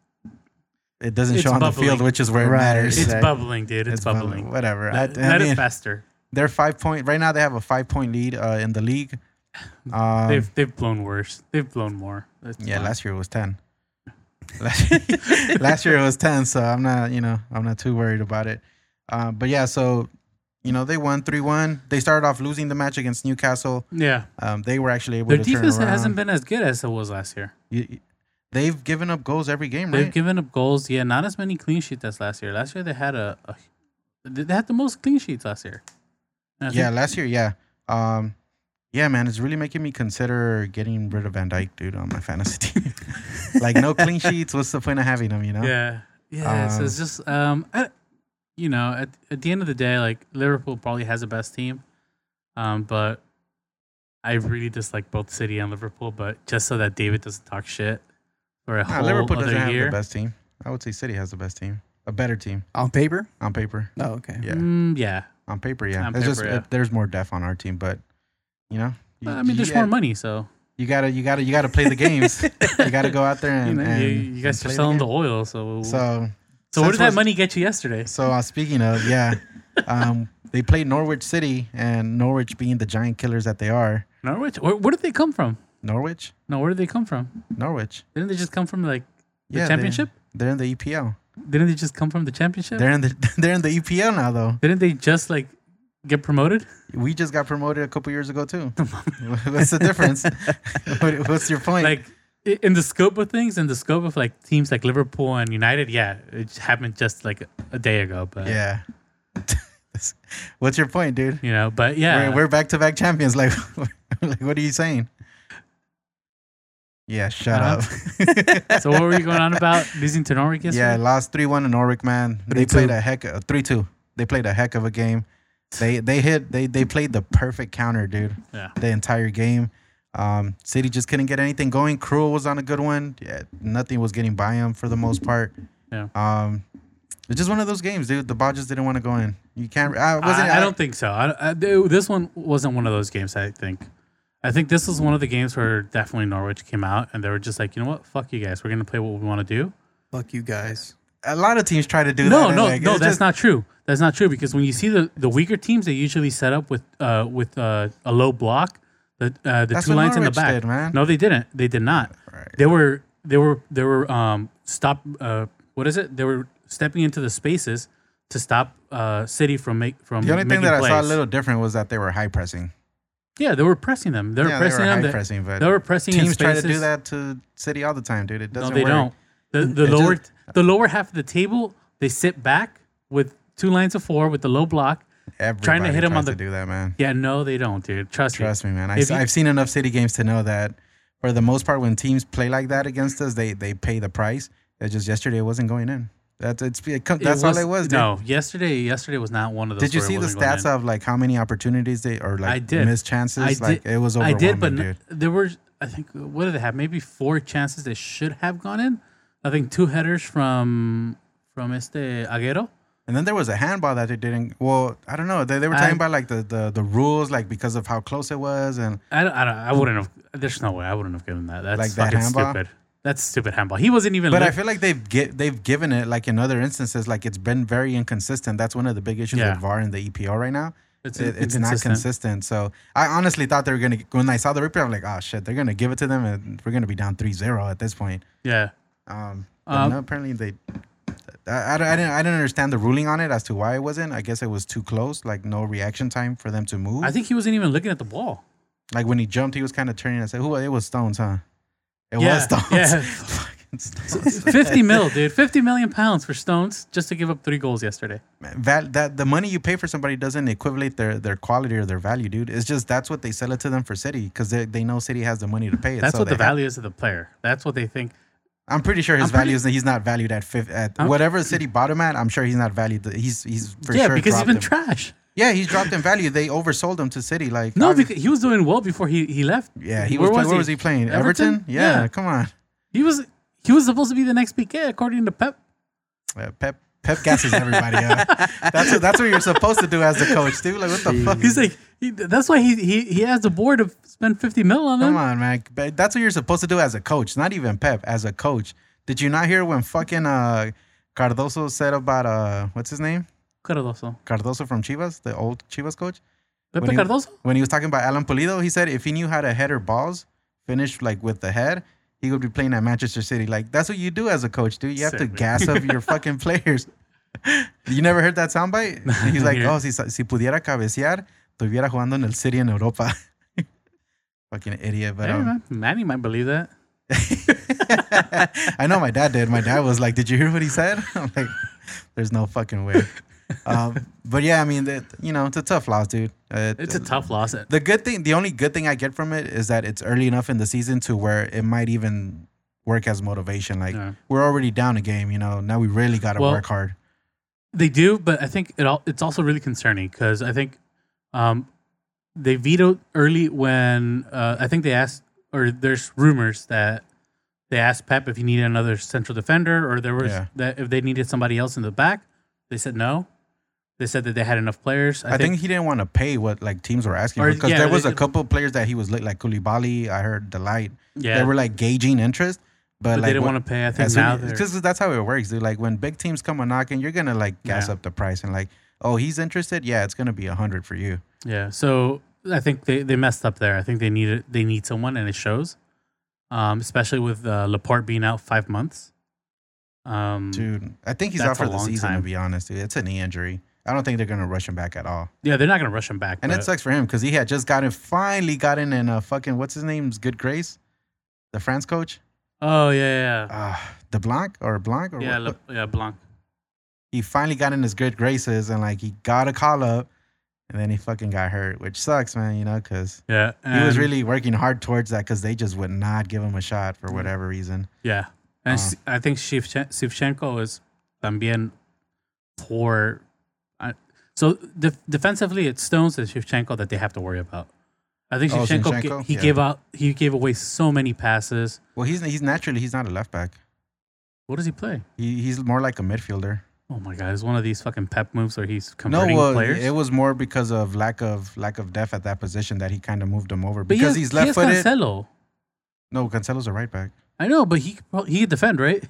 B: It doesn't
D: It's
B: show on
D: bubbling.
B: the field, which is where
C: Right.
B: it matters.
D: It's
C: Exactly.
D: bubbling, dude. It's,
B: bubbling.
D: bubbling.
B: Whatever. I-
D: That,
B: I
D: that is
B: mean,
D: faster.
B: they're five point right now. They have a five point lead uh, in the league. Um,
D: they've they've blown worse. They've blown more. That's
B: yeah,
D: fine.
B: last year it was ten. Last year, last year it was ten, so I'm not you know I'm not too worried about it. Uh, but yeah, so you know they won three one. They started off losing the match against Newcastle.
D: yeah.
B: Um, they were actually able
D: Their
B: to turn
D: defense
B: around.
D: hasn't been as good as it was last year.
B: You, you- they've given up goals every game,
D: They've
B: right?
D: given up goals. Yeah, not as many clean sheets as last year. Last year they had a, a they had the most clean sheets last year. And I
B: yeah,
D: think-
B: last year, yeah. Um, yeah, man, it's really making me consider getting rid of Van Dyke, dude, on my fantasy team. like, no clean sheets. What's the point of having him, you know?
D: yeah, yeah. so it's just um, I, you know, at at the end of the day, like Liverpool probably has the best team, um, but I really dislike both City and Liverpool. But just so that David doesn't talk shit for a
B: Nah,
D: whole
B: Liverpool
D: other
B: doesn't have
D: year.
B: the best team. I would say City has the best team, a better team
C: on paper.
B: on paper.
C: Oh, okay.
B: Yeah,
D: Mm, yeah.
B: on paper, yeah.
D: On
B: It's just
D: paper, yeah.
B: uh, there's more def on our team, but you know, you,
D: I mean, there's
B: you,
D: more money, so
B: You gotta, you gotta, you gotta play the games. you gotta go out there and,
D: you, know,
B: and
D: you, you guys
B: and
D: are
B: play
D: selling the,
B: game.
D: oil. So
B: So
D: so where did
B: since
D: that
B: we're-
D: money get you yesterday?
B: So uh, speaking of, yeah, um, they played Norwich City, and Norwich being the giant killers that they are,
D: Norwich. Where, where did they come from?
B: Norwich,
D: No, where did they come from?
B: Norwich,
D: Didn't they just come from like the
B: Yeah, they-
D: championship?
B: they're in the EPL.
D: Didn't they just come from the championship?
B: They're in the they're in the EPL now, though.
D: Didn't they just like get promoted?
B: We just got promoted a couple years ago too. What's the difference? What- What's your point?
D: Like i- in the scope of things, in the scope of like teams like Liverpool and United, yeah, it j- happened just like a day ago. But
B: yeah. What's your point, dude?
D: you know, but yeah,
B: We're, we're back-to-back champions. Like, like, what are you saying? Yeah, shut
D: Uh-huh.
B: up.
D: so what were you going on about losing to Norwich yesterday?
B: Yeah, lost three one to Norwich, man. They
C: 3-2.
B: played a heck of three two. They played a heck of a game. They they hit they they played the perfect counter, dude.
D: Yeah.
B: The entire game. Um, City just couldn't get anything going. Cruel was on a good one. Yeah, nothing was getting by him for the most part.
D: Yeah.
B: Um, it's just one of those games, dude. The ball just didn't want to go in. You can't. I wasn't.
D: I, I don't think so. I, I- th- this one wasn't one of those games. I think. I think this was one of the games where definitely Norwich came out and they were just like, you know what, fuck you guys. We're gonna play what we want to do.
C: Fuck you guys.
B: A lot of teams try to do that.
D: No,
B: and,
D: no,
B: like,
D: no.
B: it's
D: That's
B: just-
D: not true. That's not true because when you see the, the weaker teams, they usually set up with uh with uh, a low block, the uh, the
B: That's
D: two
B: what
D: lines in the
B: Norwich
D: back.
B: did, man.
D: No, they didn't. They did not.
B: Right.
D: They were they were they were um stop uh what is it? They were stepping into the spaces to stop uh City from make from
B: The only thing
D: making
B: that
D: plays.
B: I saw a little different was that they were high pressing.
D: yeah they were pressing them. They were
B: Yeah,
D: pressing
B: they were
D: them.
B: high
D: They,
B: pressing, but
D: they were pressing in
B: teams try to do
D: spaces.
B: that to City all the time, dude. It
D: no,
B: doesn't.
D: they
B: work.
D: don't. The the
B: It
D: lower
B: just-
D: the lower half of the table, they sit back with two lines of four with the low block.
B: Everybody
D: Trying to hit 'em
B: tries
D: on the-
B: to do that, man.
D: Yeah, no, they don't, dude. Trust, me.
B: Trust me, man. I,
D: If you-
B: have seen enough City games to know that for the most part, when teams play like that against us, they they pay the price. It just yesterday it wasn't going in. That's it's it, come-
D: It
B: that's all it was. Dude.
D: No, yesterday, yesterday was not one of those.
B: Did you
D: where it
B: see the
D: wasn't going
B: stats
D: in.
B: of like how many opportunities they or like
D: I did.
B: missed chances?
D: I
B: like
D: did-
B: it was
D: I
B: overwhelming,
D: did, but n-
B: dude.
D: there were, I think, what did they have? Maybe four chances that should have gone in. I think two headers from from este Aguero.
B: And then there was a handball that they didn't. Well, I don't know. They, they were talking
D: I-
B: about like the, the the rules, like because of how close it was, and
D: I don't, I don't. I wouldn't have. There's no way I wouldn't have given that. That's
B: Like that
D: fucking
B: handball?
D: stupid. That's stupid handball. He wasn't even.
B: But I
D: look-
B: feel like they've get, they've given it like in other instances, like it's been very inconsistent. That's one of the big issues
D: Yeah.
B: with VAR and the EPL right now.
D: it's,
B: It- it's not consistent. So I honestly thought they were gonna when I saw the replay, I'm like, oh shit, they're gonna give it to them and we're gonna be down 3-0 at this point.
D: Yeah.
B: Um, but
D: Um,
B: no, apparently they. I, I, don't- I didn't I didn't understand the ruling on it as to why it wasn't. I guess it was too close, like no reaction time for them to move.
D: I think he wasn't even looking at the ball.
B: like when he jumped, he was kind of turning and said, "Who? It was Stones, huh? It
D: Yeah,
B: was Stones.
D: yeah.
B: Fucking Stones.
D: 50 mil, dude. 50 million pounds for Stones just to give up three goals yesterday.
B: that that the money you pay for somebody doesn't equivalate their their quality or their value, dude. It's just that's what they sell it to them for City because they, they know City has the money to pay it.
D: That's
B: so
D: what the
B: they have-
D: value is of the player. That's what they think.
B: I'm pretty sure his
D: I'm
B: value
D: pretty-
B: is that he's not valued at fifth at
D: I'm-
B: whatever City bought him at. I'm sure he's not valued. He's he's for
D: yeah,
B: sure
D: because he's
B: dropped
D: been
B: him.
D: trash.
B: yeah, he's dropped in value. They oversold him to City. Like
D: No,
B: obvi-
D: because he was doing well before he, he left.
B: yeah, he
D: Where
B: was, play-
D: was
B: where
D: he?
B: was he playing? Everton.
D: Everton?
B: Yeah,
D: Yeah.
B: come on.
D: He was he was supposed to be the next PK according to Pep.
B: Yeah, Pep Pep gasses everybody up. That's what, that's what you're supposed to do as the coach, dude. Like what the fuck?
D: He's like he, that's why he, he he asked the board to spend 50 mil on
B: Come
D: him.
B: on, man. But That's what you're supposed to do as a coach, not even Pep, as a coach. Did you not hear when fucking uh, Cardoso said about uh, what's his name?
D: Cardoso.
B: Cardoso from Chivas, the old Chivas coach.
D: Pepe
B: When he-
D: Cardoso?
B: When he was talking about Alan Pulido, he said if he knew how to header balls, finish like with the head, he would be playing at Manchester City. Like that's what you do as a coach, dude. You have to
D: Sick, man.
B: gas up your fucking players. You never heard that soundbite? He's like,
D: Yeah.
B: oh, si, si pudiera cabecear, estuviera jugando en el City en Europa. fucking idiot, but
D: Hey,
B: um,
D: man, Manny might believe that.
B: I know my dad did. My dad was like, "Did you hear what he said?" I'm like, "There's no fucking way." Um, but yeah, I mean, that you know, it's a tough loss, dude. Uh,
D: It's a tough loss.
B: The good thing, the only good thing I get from it is that it's early enough in the season to where it might even work as motivation. Like
D: Yeah.
B: we're already down a game, you know. Now we really got to
D: Well-
B: work hard.
D: They do, but I think it all, it's also really concerning because I think um, they vetoed early when uh, I think they asked, or there's rumors that they asked Pep if he needed another central defender, or there was
B: Yeah.
D: that if they needed somebody else in the back. They said no. They said that they had enough players.
B: I, think, he didn't want to pay what like teams were asking
D: Or-
B: because
D: yeah,
B: there was
D: they-
B: a couple of players that he was li- like Koulibaly. I heard Delight.
D: yeah,
B: They were like gauging interest, but,
D: but
B: like
D: they didn't
B: what-
D: want to pay. I think
B: Because
D: now they're
B: that's how it works, dude. Like when big teams come a knocking, you're gonna like gas
D: Yeah.
B: up the price and like, oh, he's interested. Yeah, it's gonna be a hundred for you.
D: Yeah, so I think they, they messed up there. I think they needed they need someone, and it shows, um, especially with uh, Laporte being out five months. Um,
B: Dude, I think he's
D: That's
B: out for
D: a
B: the
D: long
B: season. To
D: time.
B: be honest, dude, it's a knee injury. I don't think they're gonna rush him back at all.
D: yeah, they're not gonna rush him back.
B: And
D: but
B: it sucks for him because he had just gotten finally gotten in a fucking what's his name's good grace, the France coach,
D: oh yeah, yeah,
B: uh, DeBlanc or Blanc or
D: yeah,
B: what-
D: yeah, Le, yeah Blanc.
B: he finally got in his good graces and like he got a call up, and then he fucking got hurt, which sucks, man. You know, because.
D: Yeah,
B: he was
D: and-
B: really working hard towards that because they just would not give him a shot for
D: Mm.
B: whatever reason.
D: yeah, and
B: Uh-huh.
D: S- I think Shevchen- Shevchenko is también poor. I, so def defensively, it's Stones and Shevchenko that they have to worry about. I think
B: Oh,
D: Shevchenko, g-
B: Zinchenko?
D: he
B: Yeah.
D: gave out he gave away so many passes.
B: Well, he's he's naturally he's not a left back.
D: What does he play?
B: He he's more like a midfielder.
D: Oh my god, it's one of these fucking pep moves where he's converting
B: no, well,
D: players.
B: it was more because of lack of lack of depth at that position that he kind of moved him over
D: But he has-
B: because he's
D: he has
B: left footed.
D: Cancelo.
B: No, Cancelo's a right back.
D: I know, but he well, he could defend, right?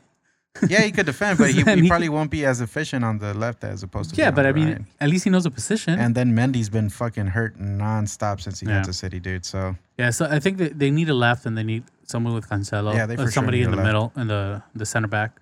B: Yeah, he could defend, but he,
D: Then
B: he
D: he-
B: probably won't be as efficient on the left as opposed to
D: Yeah,
B: being
D: but I
B: on the
D: mean,
B: right.
D: at least he knows the position.
B: And then Mendy's been fucking hurt nonstop since he
D: Yeah.
B: got to City, dude. So
D: yeah, so I think that they need a left and they need someone with Cancelo.
B: Yeah, they for
D: or
B: sure
D: somebody
B: need
D: in
B: a
D: the middle in the the center back.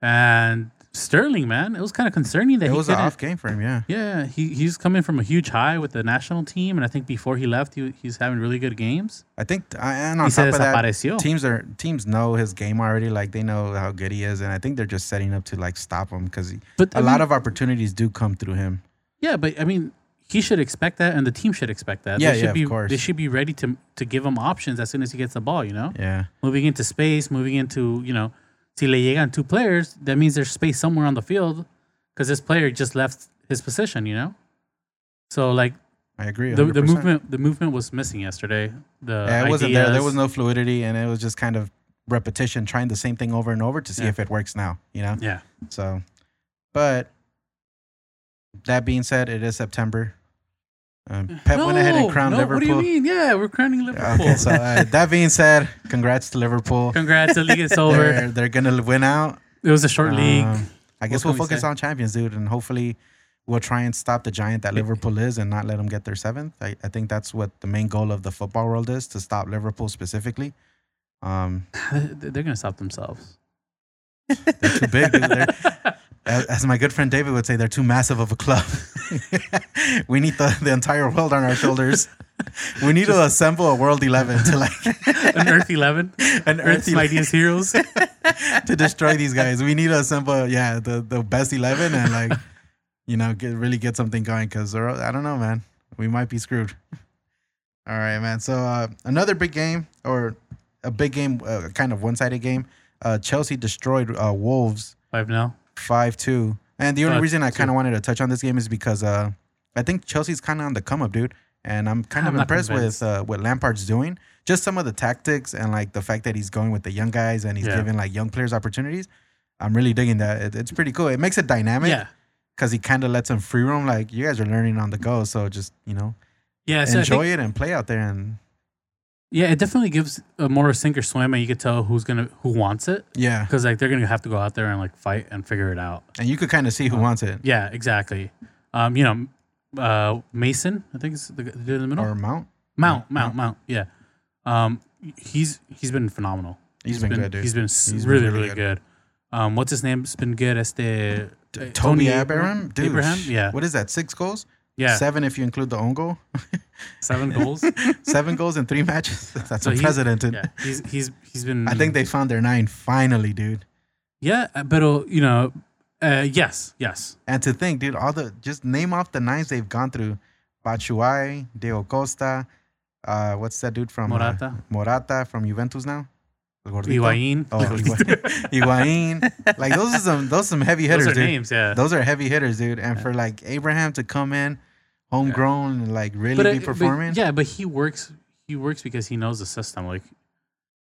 D: And Sterling, man, it was kind of concerning that
B: it
D: he
B: was an
D: couldn't-
B: off game for him. Yeah,
D: Yeah, he he's coming from a huge high with the national team, and I think before he left, he, he's having really good games.
B: I think, uh, and on
D: He
B: top
D: said
B: of that,
D: desapareció.
B: teams are teams know his game already. Like they know how good he is, and I think they're just setting up to like stop him because a
D: but a
B: lot of opportunities do come through him.
D: Yeah, but I mean, he should expect that, and the team should expect that.
B: Yeah,
D: they should
B: yeah, of
D: be,
B: course.
D: They should be ready to to give him options as soon as he gets the ball. You know,
B: Yeah,
D: moving into space, moving into you know, si le llegan two players, that means there's space somewhere on the field because this player just left his position. You know, so like
B: I agree.
D: the, the
B: 100%.
D: movement the movement was missing yesterday. The
B: yeah, it wasn't there. There
D: ideas.
B: was no fluidity, and it was just kind of repetition, trying the same thing over and over to see
D: Yeah.
B: if it works now. You know,
D: yeah.
B: so But that being said, it is September. Um, Pep went ahead and crowned
D: no,
B: Liverpool.
D: What do you mean? Yeah, we're crowning Liverpool.
B: Okay, so uh, that being said, congrats to Liverpool.
D: Congrats, the league is
B: They're,
D: over.
B: they're gonna win out.
D: It was a short league.
B: Um, I guess
D: What can
B: we'll
D: we
B: focus
D: say?
B: on Champions, dude, and hopefully we'll try and stop the giant that Liverpool is and not let them get their seventh. I, I think that's what the main goal of the football world is to stop Liverpool specifically. Um,
D: They're gonna stop themselves.
B: they're too big. dude. They're, as as my good friend David would say, they're too massive of a club. we need the, the entire world on our shoulders. We need to assemble a world eleven to like
D: An Earth Eleven,
B: an
D: Earth's
B: earthy
D: Mightiest Heroes.
B: to destroy these guys. We need to assemble, yeah, the, the best 11 and like, you know, get really get something going because I don't know, man. We might be screwed. All right, man. So uh, another big game or a big game, uh, kind of one sided game. Uh, Chelsea destroyed uh, Wolves
D: Five now.
B: 5 2. And the only
D: Five
B: reason I
D: two.
B: kind of wanted to touch on this game is because uh, I think Chelsea's kind of on the come up, dude. And I'm kind
D: I'm
B: of
D: not
B: impressed
D: convinced.
B: with uh, what Lampard's doing. Just some of the tactics and like the fact that he's going with the young guys and he's
D: Yeah.
B: giving like young players opportunities. I'm really digging that. It- it's pretty cool. It makes it dynamic
D: Yeah,
B: because he kind of lets them free roam. Like you guys are learning on the go, so just you know
D: yeah. So I
B: enjoy
D: think,
B: it and play out there. And
D: yeah, it definitely gives a more sink or swim, and you can tell who's gonna who wants it
B: yeah,
D: because like they're gonna have to go out there and like fight and figure it out.
B: and you could kind of see
D: Uh,
B: who wants it
D: Yeah, exactly. Um, you know, uh, Mason, I think it's the, the dude in the middle.
B: or Mount.
D: Mount, Mount, Mount. Yeah. Um, he's he's been phenomenal.
B: he's been, good, dude.
D: He's been s
B: He's been
D: really,
B: really
D: really, good. Um, what's his name's been good? Este the
B: Toby, Abraham, dude.
D: Abraham, yeah,
B: What is that? Six goals?
D: yeah, seven,
B: Seven if you include the own goal.
D: goals.
B: Seven goals in three matches. That's
D: So
B: a
D: he's-
B: president. dude.
D: yeah, Mm. he's he's he's been.
B: I think they found their nine finally, dude.
D: Yeah, but uh, you know, uh, yes, yes,
B: And to think, dude, all the just name off the nines they've gone through: Batshuayi, Deo Costa. Uh, what's that dude from uh,
D: Morata.
B: Morata from Juventus now. El gordito?
D: Higuain.
B: Oh, Higuain. Higuain. Like those are some those some heavy hitters,
D: Those are
B: dude.
D: names, yeah.
B: Those are heavy hitters, dude. And for like Abraham to come in, homegrown, and like really
D: but, uh,
B: be
D: but-
B: performing.
D: yeah, but he works. He works because he knows the system. Like,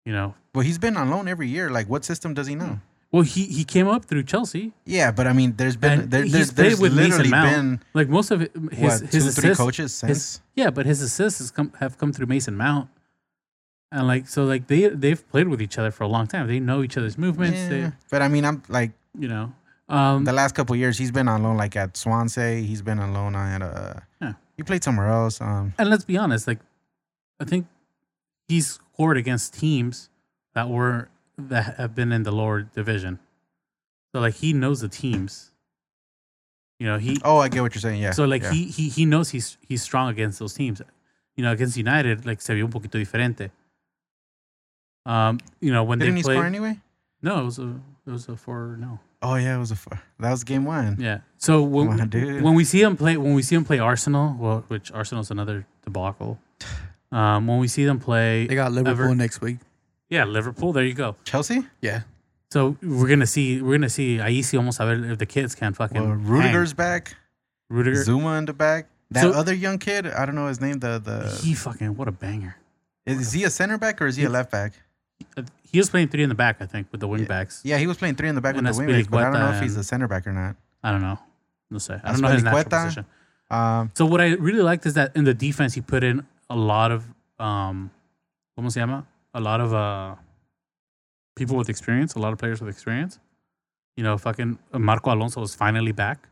D: you know,
B: Well, he's been on loan every year. Like, what system does he know?
D: well, he he came up through Chelsea.
B: Yeah, but I mean, there's been
D: And
B: there,
D: he's
B: there's,
D: played
B: there's
D: with Mason
B: literally
D: Mount.
B: been
D: Like most of it, his
B: what
D: his
B: two, three
D: assists-
B: coaches since.
D: his- yeah, but his assists has come, have come through Mason Mount, and like so, like they they've played with each other for a long time. They know each other's movements.
B: Yeah, But I mean, I'm like
D: They, you know, um,
B: the last couple of years, he's been on loan, like at Swansea. He's been on loan at uh,
D: Yeah.
B: he played somewhere else. Um,
D: and let's be honest, like I think he's scored against teams that were that have been in the lower division. So like he knows the teams. You know, he
B: oh, I get what you're saying. Yeah.
D: So like
B: yeah.
D: he, he he knows he's he's strong against those teams. You know, against United, like se vio un poquito diferente. Um, you know, when
B: didn't
D: they
B: he
D: play
B: score anyway?
D: No, it was a it was a four no.
B: Oh yeah, it was a four. that was game one.
D: Yeah. So
B: Come
D: when
B: on, dude.
D: when we see him play when we see him play Arsenal, well which Arsenal's another debacle. Um, when we see them play
C: They got Liverpool
D: Ever-
C: next week.
D: Yeah, Liverpool, there you go.
B: Chelsea.
C: Yeah.
D: So we're gonna see we're gonna see Ahí sí vamos a ver if the kids can fucking
B: Well, Rudiger's back.
D: hang. Rudiger
B: Zuma in the back. That
D: So-
B: other young kid, I don't know his name. The the
D: he fucking what a banger.
B: is he a center back or is he a left back?
D: Uh, He was playing three in the back, I think, with the wing backs.
B: Yeah, he was playing three in the back with
D: And
B: the
D: Aspilicueta
B: wingers, but I don't know if he's
D: and-
B: a center back or not.
D: I don't know. No sé. I don't know his natural
B: Azpilicueta.
D: position.
B: Um,
D: So what I really liked is that in the defense he put in a lot of um ¿cómo se llama? A lot of uh people with experience, a lot of players with experience. You know, fucking Marco Alonso was finally back.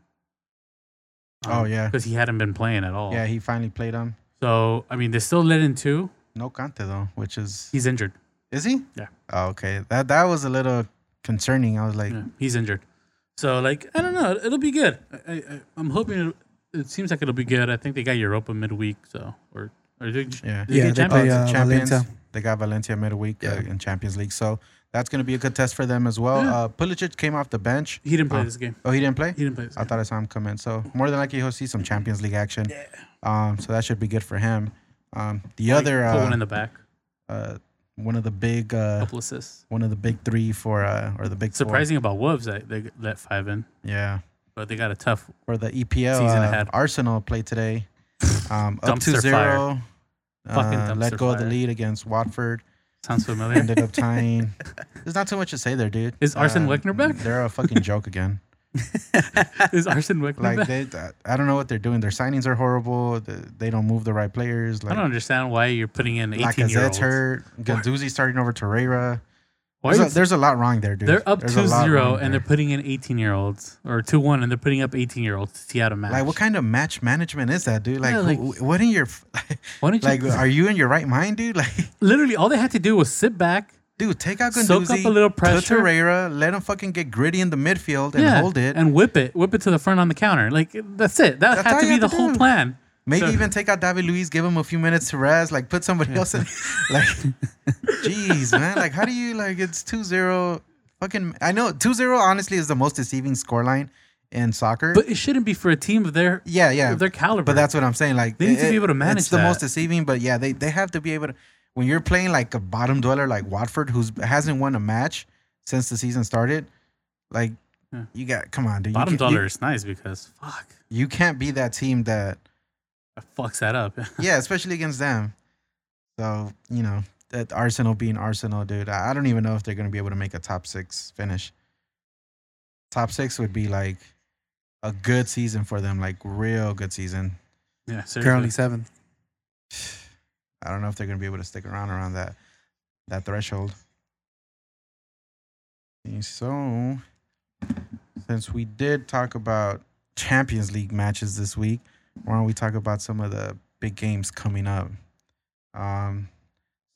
B: Oh, yeah.
D: Because he hadn't been playing at all.
B: yeah, he finally played him.
D: So I mean they still let in two.
B: No Kante though, which is
D: He's injured.
B: is he?
D: Yeah.
B: Oh, okay, that that was a little concerning. I was like,
D: Yeah, he's injured. So like I don't know, it'll be good. I, I, I'm hoping it, it seems like it'll be good. I think they got Europa midweek, so or or they,
B: Yeah.
D: they
C: Yeah,
D: get Champions?
C: they Play,
B: Oh, it's the
C: uh,
B: champions.
C: Valencia.
B: They got Valencia midweek uh,
C: Yeah.
B: in Champions League, so that's going to be a good test for them as well.
D: Yeah.
B: Uh, Pulisic came off the bench.
D: He didn't play
B: Oh.
D: this game.
B: Oh, he didn't play.
D: He didn't play this
B: I
D: game.
B: thought I saw him come in. So more than likely, he'll see some Champions League action.
D: Yeah.
B: Um, so that should be good for him. Um, the other
D: put one
B: uh,
D: in the back,
B: uh, one of the big uh,
D: couple assists.
B: one of the big three for uh, or the big four.
D: Surprising about Wolves that they let five in,
B: Yeah.
D: but they got a tough.
B: for the EPL.
D: Season
B: uh,
D: ahead.
B: Arsenal played today. Um, up
D: Dumpster
B: 2 0.
D: Fucking
B: Uh,
D: dumpster
B: let go of the
D: fire.
B: lead against Watford.
D: Sounds familiar.
B: Ended up tying. There's not too much to say there, dude.
D: Is Arsene Wenger back?
B: They're a fucking joke again.
D: Is Arsene Wenger
B: Like
D: back?
B: they, I don't know what they're doing. Their signings are horrible. The- They don't move the right players.
D: I
B: Like
D: don't understand why you're putting in 18 year
B: Lacazette's
D: olds.
B: hurt. Ganduzi's starting over Torreira.
D: Why
B: There's a,
D: is-
B: there's a lot wrong there, dude.
D: they're up
B: There's a
D: two
B: lot
D: zero
B: wrong
D: and they're
B: there.
D: putting in 18 year olds or 2 1 and they're putting up 18 year olds to see how to match.
B: like, what kind of match management is that, dude? Like,
D: Yeah, like-
B: who- what in your f-
D: Why don't you?
B: like, are you in your right mind, dude? Like,
D: literally, all they had to do was sit back.
B: dude, take out
D: Soak up
B: Ganduzi,
D: a little
B: put
D: pressure.
B: Torreira, let him fucking get gritty in the midfield and
D: yeah,
B: hold it.
D: and whip it, whip it to the front on the counter. Like that's it. That
B: That's all
D: had to
B: you
D: be
B: have
D: the
B: to
D: whole
B: do.
D: plan.
B: Maybe
D: So-
B: even take out David Luiz, give him a few minutes to rest, like put somebody else in. Like, jeez, man. Like, how do you, like, it's 2 0. Fucking, I know 2 0 honestly is the most deceiving scoreline in soccer.
D: But it shouldn't be for a team of their
B: yeah, yeah.
D: of their caliber.
B: But that's what I'm saying. Like,
D: They need to be able to manage
B: It's the most
D: that.
B: deceiving, but yeah, they, they have to be able to. When you're playing like a bottom dweller like Watford, who's hasn't won a match since the season started, like,
D: Yeah.
B: you got, come on, dude.
D: bottom
B: you, can't-
D: dollar is nice because fuck,
B: You, you can't be that team that
D: that fucks that up.
B: yeah, especially against them. So you know that Arsenal being Arsenal, dude. I I don't even know if they're gonna be able to make a top six finish. Top six would be like a good season for them, like real good season.
D: yeah, seriously.
C: Currently seventh.
B: I don't know if they're gonna be able to stick around around that that threshold. And So, since we did talk about Champions League matches this week, why don't we talk about some of the big games coming up? Um,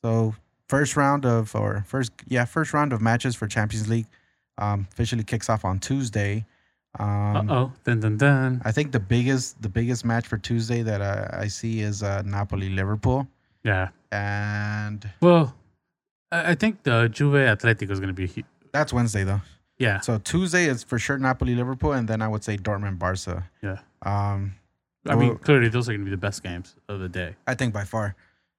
B: so first round of or first yeah first round of matches for Champions League um, officially kicks off on Tuesday.
D: Uh
B: Um,
D: oh, dun dun dun.
B: I think the biggest the biggest match for Tuesday that I, I see is uh, Napoli Liverpool
D: Yeah.
B: and
D: Well, I I think the Juve Atletico is going to be. hu-
B: that's Wednesday though.
D: Yeah.
B: So Tuesday is for sure Napoli Liverpool, and then I would say Dortmund Barca.
D: Yeah.
B: Um,
D: I mean,
B: Well-
D: clearly those are going to be the best games of the day.
B: I think by far.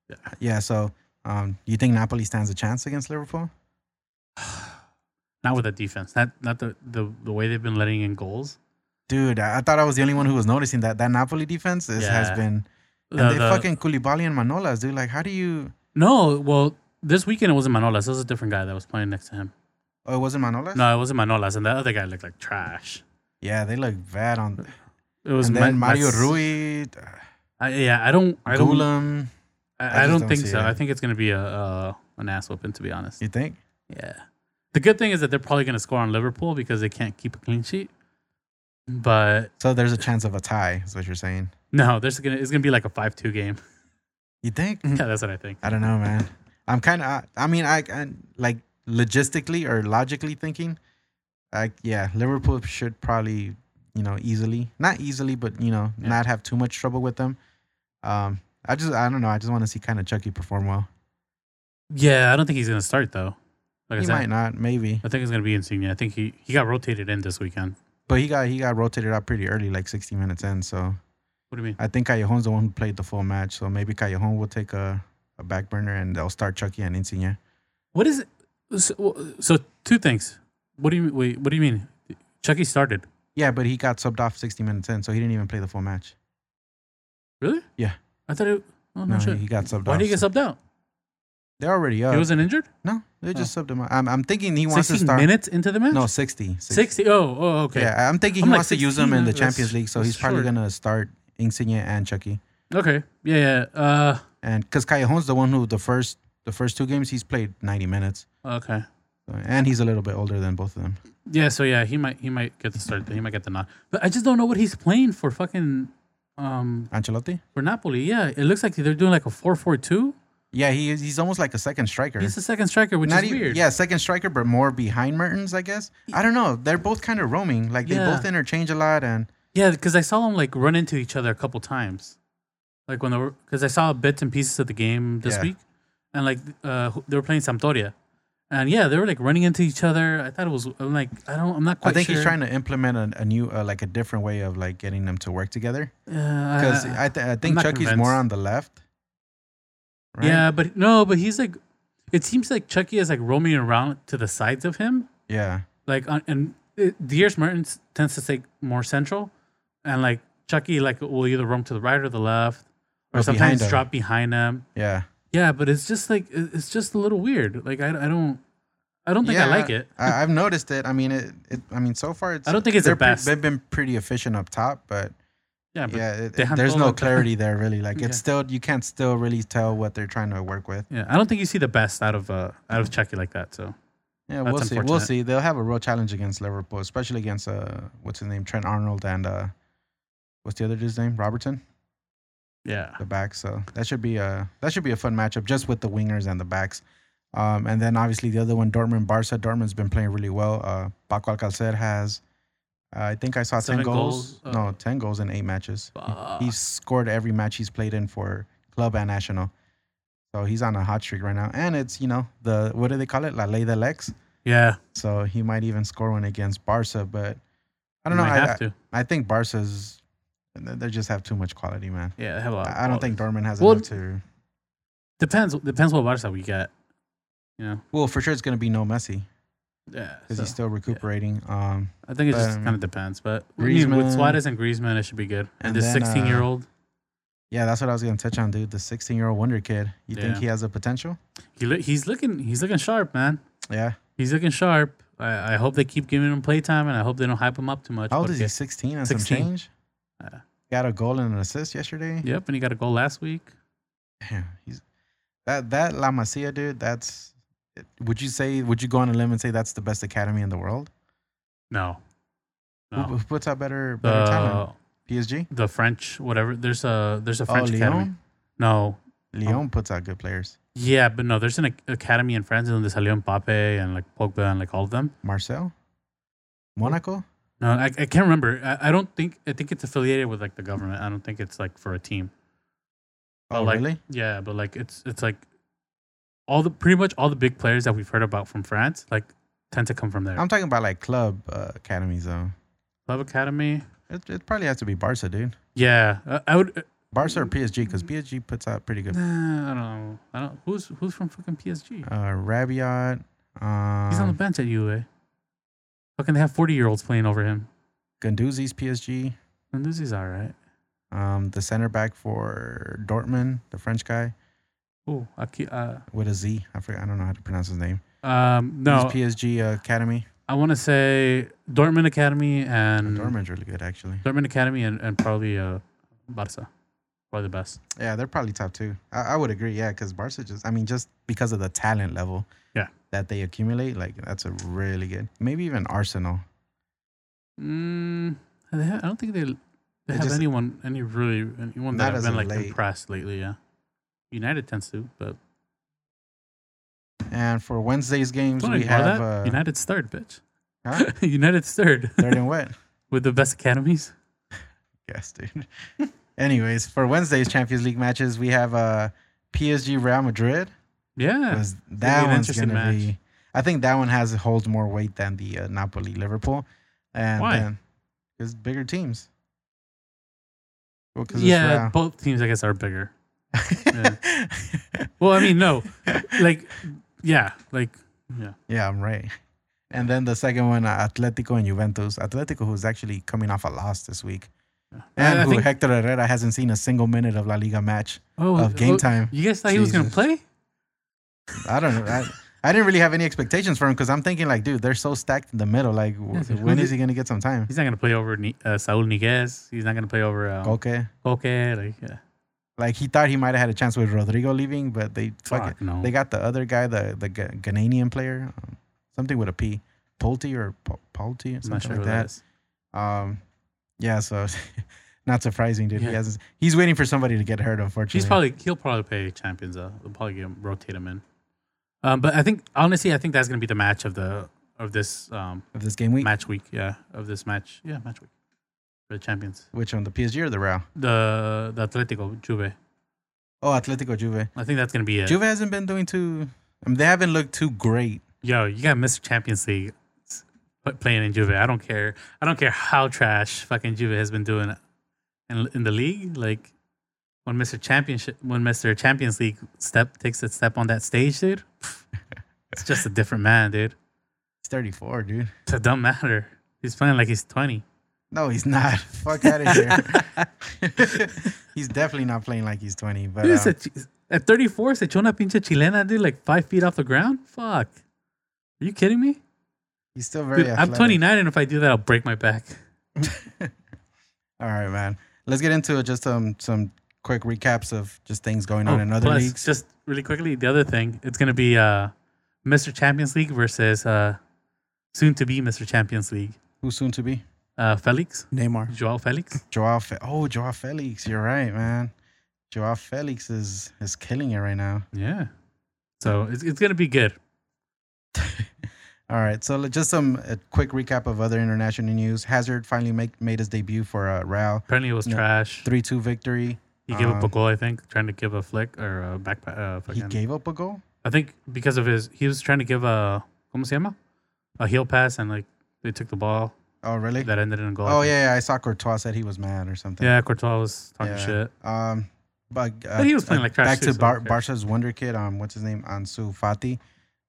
D: Yeah.
B: Yeah. So, um, you think Napoli stands a chance against Liverpool?
D: Not with that defense. Not not the, the, the way they've been letting in goals.
B: Dude, I, I thought I was the only one who was noticing that that Napoli defense is, has
D: Yeah.
B: been. And
D: The-
B: they
D: the-
B: fucking Koulibaly and Manolas, dude. Like, how do you?
D: no, well, this weekend it wasn't Manolas. It was a different guy that was playing next to him.
B: Oh, it wasn't Manolas.
D: No, it wasn't Manolas, and that other guy looked like trash.
B: Yeah, they look bad on.
D: It was
B: and then
D: Ma-
B: Mario
D: Mas-
B: Rui, uh,
D: I, yeah, I don't. I don't.
B: Gulam.
D: I,
B: I
D: I
B: just
D: don't
B: don't
D: think
B: see
D: so.
B: it.
D: I think it's going to be a, a an ass whooping, to be honest.
B: You think?
D: Yeah. The good thing is that they're probably going to score on Liverpool because they can't keep a clean sheet. But
B: So there's a chance of a tie. Is what you're saying?
D: no, there's gonna it's gonna be like a five two game.
B: You think?
D: yeah, that's what I think.
B: I don't know, man. I'm kind of. I, I mean, I, I like logistically or logically thinking. Like, yeah, Liverpool should probably, you know, easily, not easily, but you know,
D: Yeah.
B: not have too much trouble with them. Um, I just, I don't know. I just want to see kind of Chucky perform well.
D: Yeah, I don't think he's gonna start though. Like I
B: he
D: said,
B: might not, maybe,
D: I think it's gonna be Insigne. I think he he got rotated in this weekend.
B: but he got he got rotated out pretty early, like 60 minutes in. So
D: What do you mean?
B: I think Callejon's the one who played the full match. So maybe Callejon will take a, a back burner and they'll start Chucky and Insigne.
D: What is it? So, so two things. What do you mean? Wait, what do you mean? Chucky started.
B: Yeah, but he got subbed off 60 minutes in, so he didn't even play the full match.
D: Really?
B: Yeah.
D: I thought it. Oh no,
B: No,
D: shit.
B: he got subbed
D: Why
B: off.
D: did he get subbed out?
B: They're already up.
D: he wasn't injured.
B: No, they just subbed him. out. I'm, I'm thinking he wants to
D: Oh. Sixteen
B: start.
D: minutes into the match.
B: No, 60. 60.
D: sixty. Oh, oh, okay.
B: Yeah, I'm thinking he
D: I'm like
B: wants to use
D: 16,
B: him in the
D: that's-
B: Champions League, so
D: that's
B: he's probably
D: short.
B: gonna start Insigne and Chucky,
D: Okay. Yeah. Yeah. Uh.
B: and because Callejon's the one who the first the first two games he's played 90 minutes,
D: Okay.
B: So- and he's a little bit older than both of them.
D: Yeah, so yeah, he might he might get the start. He might get the nod. But I just don't know what he's playing for fucking um
B: Ancelotti.
D: for Napoli. Yeah, it looks like they're doing like a four four two.
B: Yeah, he is, he's almost like a second striker.
D: He's the second striker, which
B: Not
D: is
B: even-
D: weird.
B: Yeah, second striker, but more behind Mertens, I guess. I don't know. They're both kind of roaming. Like they
D: Yeah.
B: both interchange a lot, and
D: yeah, because I saw them like run into each other a couple times, like when they were because I saw bits and pieces of the game this
B: Yeah.
D: week, and like uh who- they were playing Sampdoria, and yeah, they were like running into each other. I thought it was I'm like I don't I'm not quite.
B: I think
D: sure.
B: he's trying to implement a, a new, uh, like a different way of like getting them to work together.
D: because
B: Because I, th- I think
D: Uh, not
B: Chucky's
D: convinced.
B: more on the left. right?
D: yeah, but no, but he's like it seems like Chucky is like roaming around to the sides of him.
B: Yeah.
D: like on, and it- Deers Mertens tends to stay more central, and like Chucky like will either roam to the right or the left, or,
B: Or behind
D: sometimes
B: him.
D: drop behind them.
B: Yeah.
D: Yeah, but it's just like it- it's just a little weird. Like I, I don't I don't think I like it.
B: I, have noticed it. I mean, it, it. I mean, so far, it's.
D: I don't think it's
B: they're
D: the
B: pre-
D: best.
B: they've been pretty efficient up top, but
D: yeah, but yeah.
B: yeah, it,
D: they have
B: there's
D: all
B: no
D: of that.
B: clarity there really. Like it's
D: Yeah.
B: still you can't still really tell what they're trying to work with.
D: I don't think you see the best out of uh out of Chucky like that. So
B: Yeah,
D: That's
B: we'll see. We'll
D: unfortunate.
B: see. They'll have a real challenge against Liverpool, especially against uh, what's his name, Trent Arnold, and uh, what's the other dude's name, Robertson,
D: yeah,
B: the back. So that should be a that should be a fun matchup, just with the wingers and the backs. Um, and then obviously the other one, Dortmund, Barca. Dortmund's been playing really well. Uh, Paco Alcacer has, uh, I think I saw
D: Seven
B: ten goals.
D: goals, uh,
B: no, ten goals in eight matches.
D: Fuck.
B: He's scored every match he's played in for club and national. So he's on a hot streak right now. And it's, you know, the what do they call it? La Ley del Ex.
D: yeah.
B: So he might even score one against Barca, but I
D: you
B: don't know.
D: might
B: I,
D: have
B: I,
D: to.
B: I think Barca's they just have too much quality, man.
D: Yeah, they have a lot. of
B: I I don't think
D: qualities.
B: Dortmund has
D: Uh, Well-
B: enough to.
D: depends depends what Barca we get. You know,
B: Well, for sure it's going to be no Messi
D: yeah.
B: because
D: so
B: he's still recuperating. Um,
D: I think it just
B: um,
D: kind of depends, but I mean, with
B: Griezmann-
D: Suarez and Griezmann, it should be good. And,
B: and
D: this
B: then, uh,
D: sixteen year old,
B: yeah, that's what I was going to touch on, dude. The 16 year old wonder kid. You think
D: Yeah.
B: he has the potential?
D: he look he's looking he's looking sharp, man.
B: Yeah.
D: He's looking sharp. I, I hope they keep giving him playtime, and I hope they don't hype him up too much.
B: How old is he?
D: porque-
B: 16 and
D: 16.
B: some change.
D: Yeah.
B: Got a goal and an assist yesterday.
D: Yep, and he got a goal last week.
B: Damn, he's that that La Masia dude. That's would you say? Would you go on a limb and say that's the best academy in the world?
D: No,
B: Who,
D: no.
B: who puts out better better
D: The,
B: talent? PSG,
D: the French, whatever. There's a there's a
B: oh
D: French academy. Oh.
B: Lyon,
D: No,
B: Lyon puts out good players.
D: yeah, but no. There's an ac- academy in France, and there's Leon Pape and like Pogba and like all of them.
B: Marcel, Monaco.
D: No, I, I can't remember. I, I don't think I think it's affiliated with like the government. I don't think it's like for a team. But,
B: Oh
D: like,
B: really?
D: Yeah, but like it's it's like all the pretty much all the big players that we've heard about from France like tend to come from there.
B: I'm talking about like club uh, academies though.
D: Club academy.
B: It, it probably has to be Barca, dude.
D: Yeah, I, I would. uh,
B: Barca or PSG because
D: Mm-hmm.
B: PSG puts out pretty good.
D: Nah, I don't know. I don't. Who's who's from fucking PSG?
B: Uh, Rabiot. Um,
D: He's on the bench at UA. Fucking, they have forty year olds playing over him.
B: Gunduzi's PSG.
D: And Lucy's all right.
B: Um, the center back for Dortmund, the French guy.
D: Oh, I keep, uh,
B: with a Z. I forget. I don't know how to pronounce his name.
D: um, no,
B: He's PSG uh, Academy.
D: I want to say Dortmund Academy and Dortmund,
B: Dortmund's really good, actually.
D: Academy and, and probably uh, Barca, probably the best.
B: Yeah, they're probably top two. I, I would agree. Yeah, because Barca just, I mean, just because of the talent level.
D: Yeah.
B: That they accumulate, like that's a really good. Maybe even Arsenal.
D: Mm, they ha- I don't think they they
B: They
D: have
B: just-
D: anyone any really anyone
B: Not
D: that I've
B: as
D: been
B: of
D: like
B: late.
D: impressed lately. Yeah, United tends to, but
B: And for Wednesday's games,
D: Don't
B: we
D: ignore
B: have
D: that.
B: uh,
D: United's third, bitch.
B: huh?
D: United's third
B: third and what?
D: with the best academies.
B: Yes, dude. Anyways, for Wednesday's Champions League matches, we have uh, PSG Real Madrid.
D: Yeah,
B: 'Cause
D: be an
B: that one's
D: interesting
B: gonna
D: match.
B: be. I think that one has holds more weight than the uh, Napoli Liverpool, and
D: Why?
B: Because bigger teams. Well, 'cause it's
D: yeah.
B: Real.
D: Both teams, I guess, are bigger. Well, I mean, no, like, yeah, like, yeah.
B: yeah, I'm right. And then the second one, uh, Atletico and Juventus. Atletico, who's actually coming off a loss this week, and
D: I- I
B: who
D: think-
B: Hector Herrera hasn't seen a single minute of La Liga match
D: Oh,
B: of game
D: oh,
B: time.
D: You guys thought he was gonna
B: Jesus.
D: play?
B: I don't know. I, I didn't really have any expectations for him because I'm thinking like, dude, they're so stacked in the middle. Like, w-
D: Yeah, dude, who
B: when
D: did-
B: is he gonna get some time?
D: He's not gonna play over Ni- uh, Saul Niguez. He's not gonna play over uh,
B: Okay.
D: Koke. Like, yeah.
B: Like he thought he might have had a chance with Rodrigo leaving, but they fuck it.
D: Fuck no.
B: They got the other guy, the the Ga- Ghanaian player, um, something with a P, Polti or P- Polti or
D: I'm not
B: something
D: sure
B: like
D: who that
B: that.
D: is.
B: Um, yeah, so not surprising, dude.
D: Yeah.
B: He hasn't. He's waiting for somebody to get hurt. Unfortunately,
D: He's probably he'll probably play champions though. They'll probably get him, rotate him in. Um, but I think honestly, I think that's gonna be the match of the of this um,
B: of this game week.
D: match week. Yeah, of this match. Yeah, match week for the champions.
B: Which one, the PSG or the Real?
D: The the Atletico Juve.
B: Oh, Atletico Juve.
D: I think that's gonna be it.
B: Juve hasn't been doing too. I mean, they haven't looked too great.
D: Yo, you got Mr. Champions League s- pl- playing in Juve. I don't care. I don't care how trash fucking Juve has been doing in in the league. Like when Mr. Championship, when Mr. Champions League step takes a step on that stage, dude. pff, It's just a different man, dude.
B: He's 34, dude.
D: It doesn't matter. He's playing like he's twenty.
B: No, he's not. Fuck out of here. he's definitely not playing like he's 20. But
D: Dude,
B: um,
D: se ch- at 34, se echó una pinche chilena, dude, like five feet off the ground. Fuck. Are you kidding me?
B: He's still very
D: Dude, I'm
B: athletic.
D: 29, and if I do that, I'll break my back.
B: All right, man. Let's get into it. Just um, some quick recaps of just things going on
D: Oh,
B: in other
D: plus,
B: leagues.
D: Just really quickly, the other thing, it's gonna be uh, Mr. Champions League versus uh, soon to be Mr. Champions League.
B: Who's soon to be?
D: Uh, Felix,
C: Neymar.
D: Joao Felix.
B: Joao. Fe- oh, Joao Felix. You're right, man. Joao Felix is is killing it right now.
D: Yeah. So it's it's gonna be good.
B: All right, so let- just some a quick recap of other international news. Hazard finally make, made his debut for uh, Real,
D: Apparently, it was
B: No.
D: trash.
B: three two victory.
D: He gave up a
B: Um,
D: goal, I think, trying to give a flick or a back. pa- Uh,
B: He
D: fucking-
B: gave up a goal.
D: I think because of his, he was trying to give a ¿cómo se llama? A heel pass, and like they took the ball
B: Oh, really?
D: that ended in a goal. I
B: oh
D: think.
B: yeah, yeah, I saw Courtois said he was mad or something.
D: Yeah, Courtois was talking
B: Yeah.
D: shit.
B: Um, but, uh,
D: But he was playing
B: uh,
D: like trash
B: Back
D: too,
B: to
D: so
B: Bar-
D: who cares?
B: Barca's wonder kid. Um, what's his name? Ansu Fati,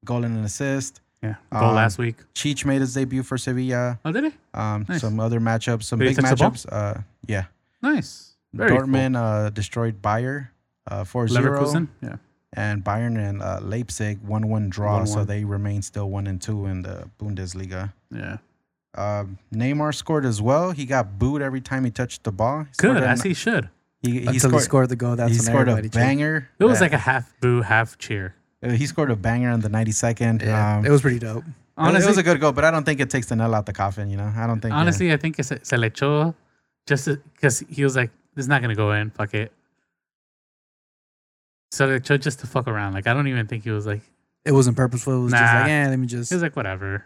B: goal and an assist.
D: Yeah, goal
B: Um,
D: last week.
B: Cheech made his debut for Sevilla.
D: Oh, did he?
B: Um,
D: Nice.
B: some other matchups, some
D: Wait, he
B: big
D: touched the ball?
B: matchups. Uh, yeah,
D: Nice. Very cool.
B: Dortmund uh, destroyed Bayer uh, 4
D: Leverkusen. Yeah.
B: and Bayern and uh, Leipzig one one draw, so
D: 1-1.
B: they remain still one and two in the Bundesliga.
D: Yeah.
B: Um Neymar scored as well. He got booed every time he touched the ball. He
D: Good,
B: scored an-
D: as he should.
B: He, he
C: Until
B: scored.
C: he scored the goal, that's
B: he
C: when
B: scored a
C: everybody cheered.
B: banger.
D: It was
B: Yeah.
D: like a half boo, half cheer.
B: Uh, he scored a banger on the 92nd.
C: Yeah,
B: um,
C: it was pretty dope.
B: honestly,
D: Honestly,
B: it was a good goal, but I don't think it takes the nail out the coffin. You know, I don't think. uh,
D: honestly I think it's a- se le echó just because he was like, this is not going to go in. Fuck it. So le echó just to fuck around. Like, I don't even think he was like,
C: It wasn't purposeful. It was just
D: Nah.
C: like, yeah, let me just.
D: he was like, whatever.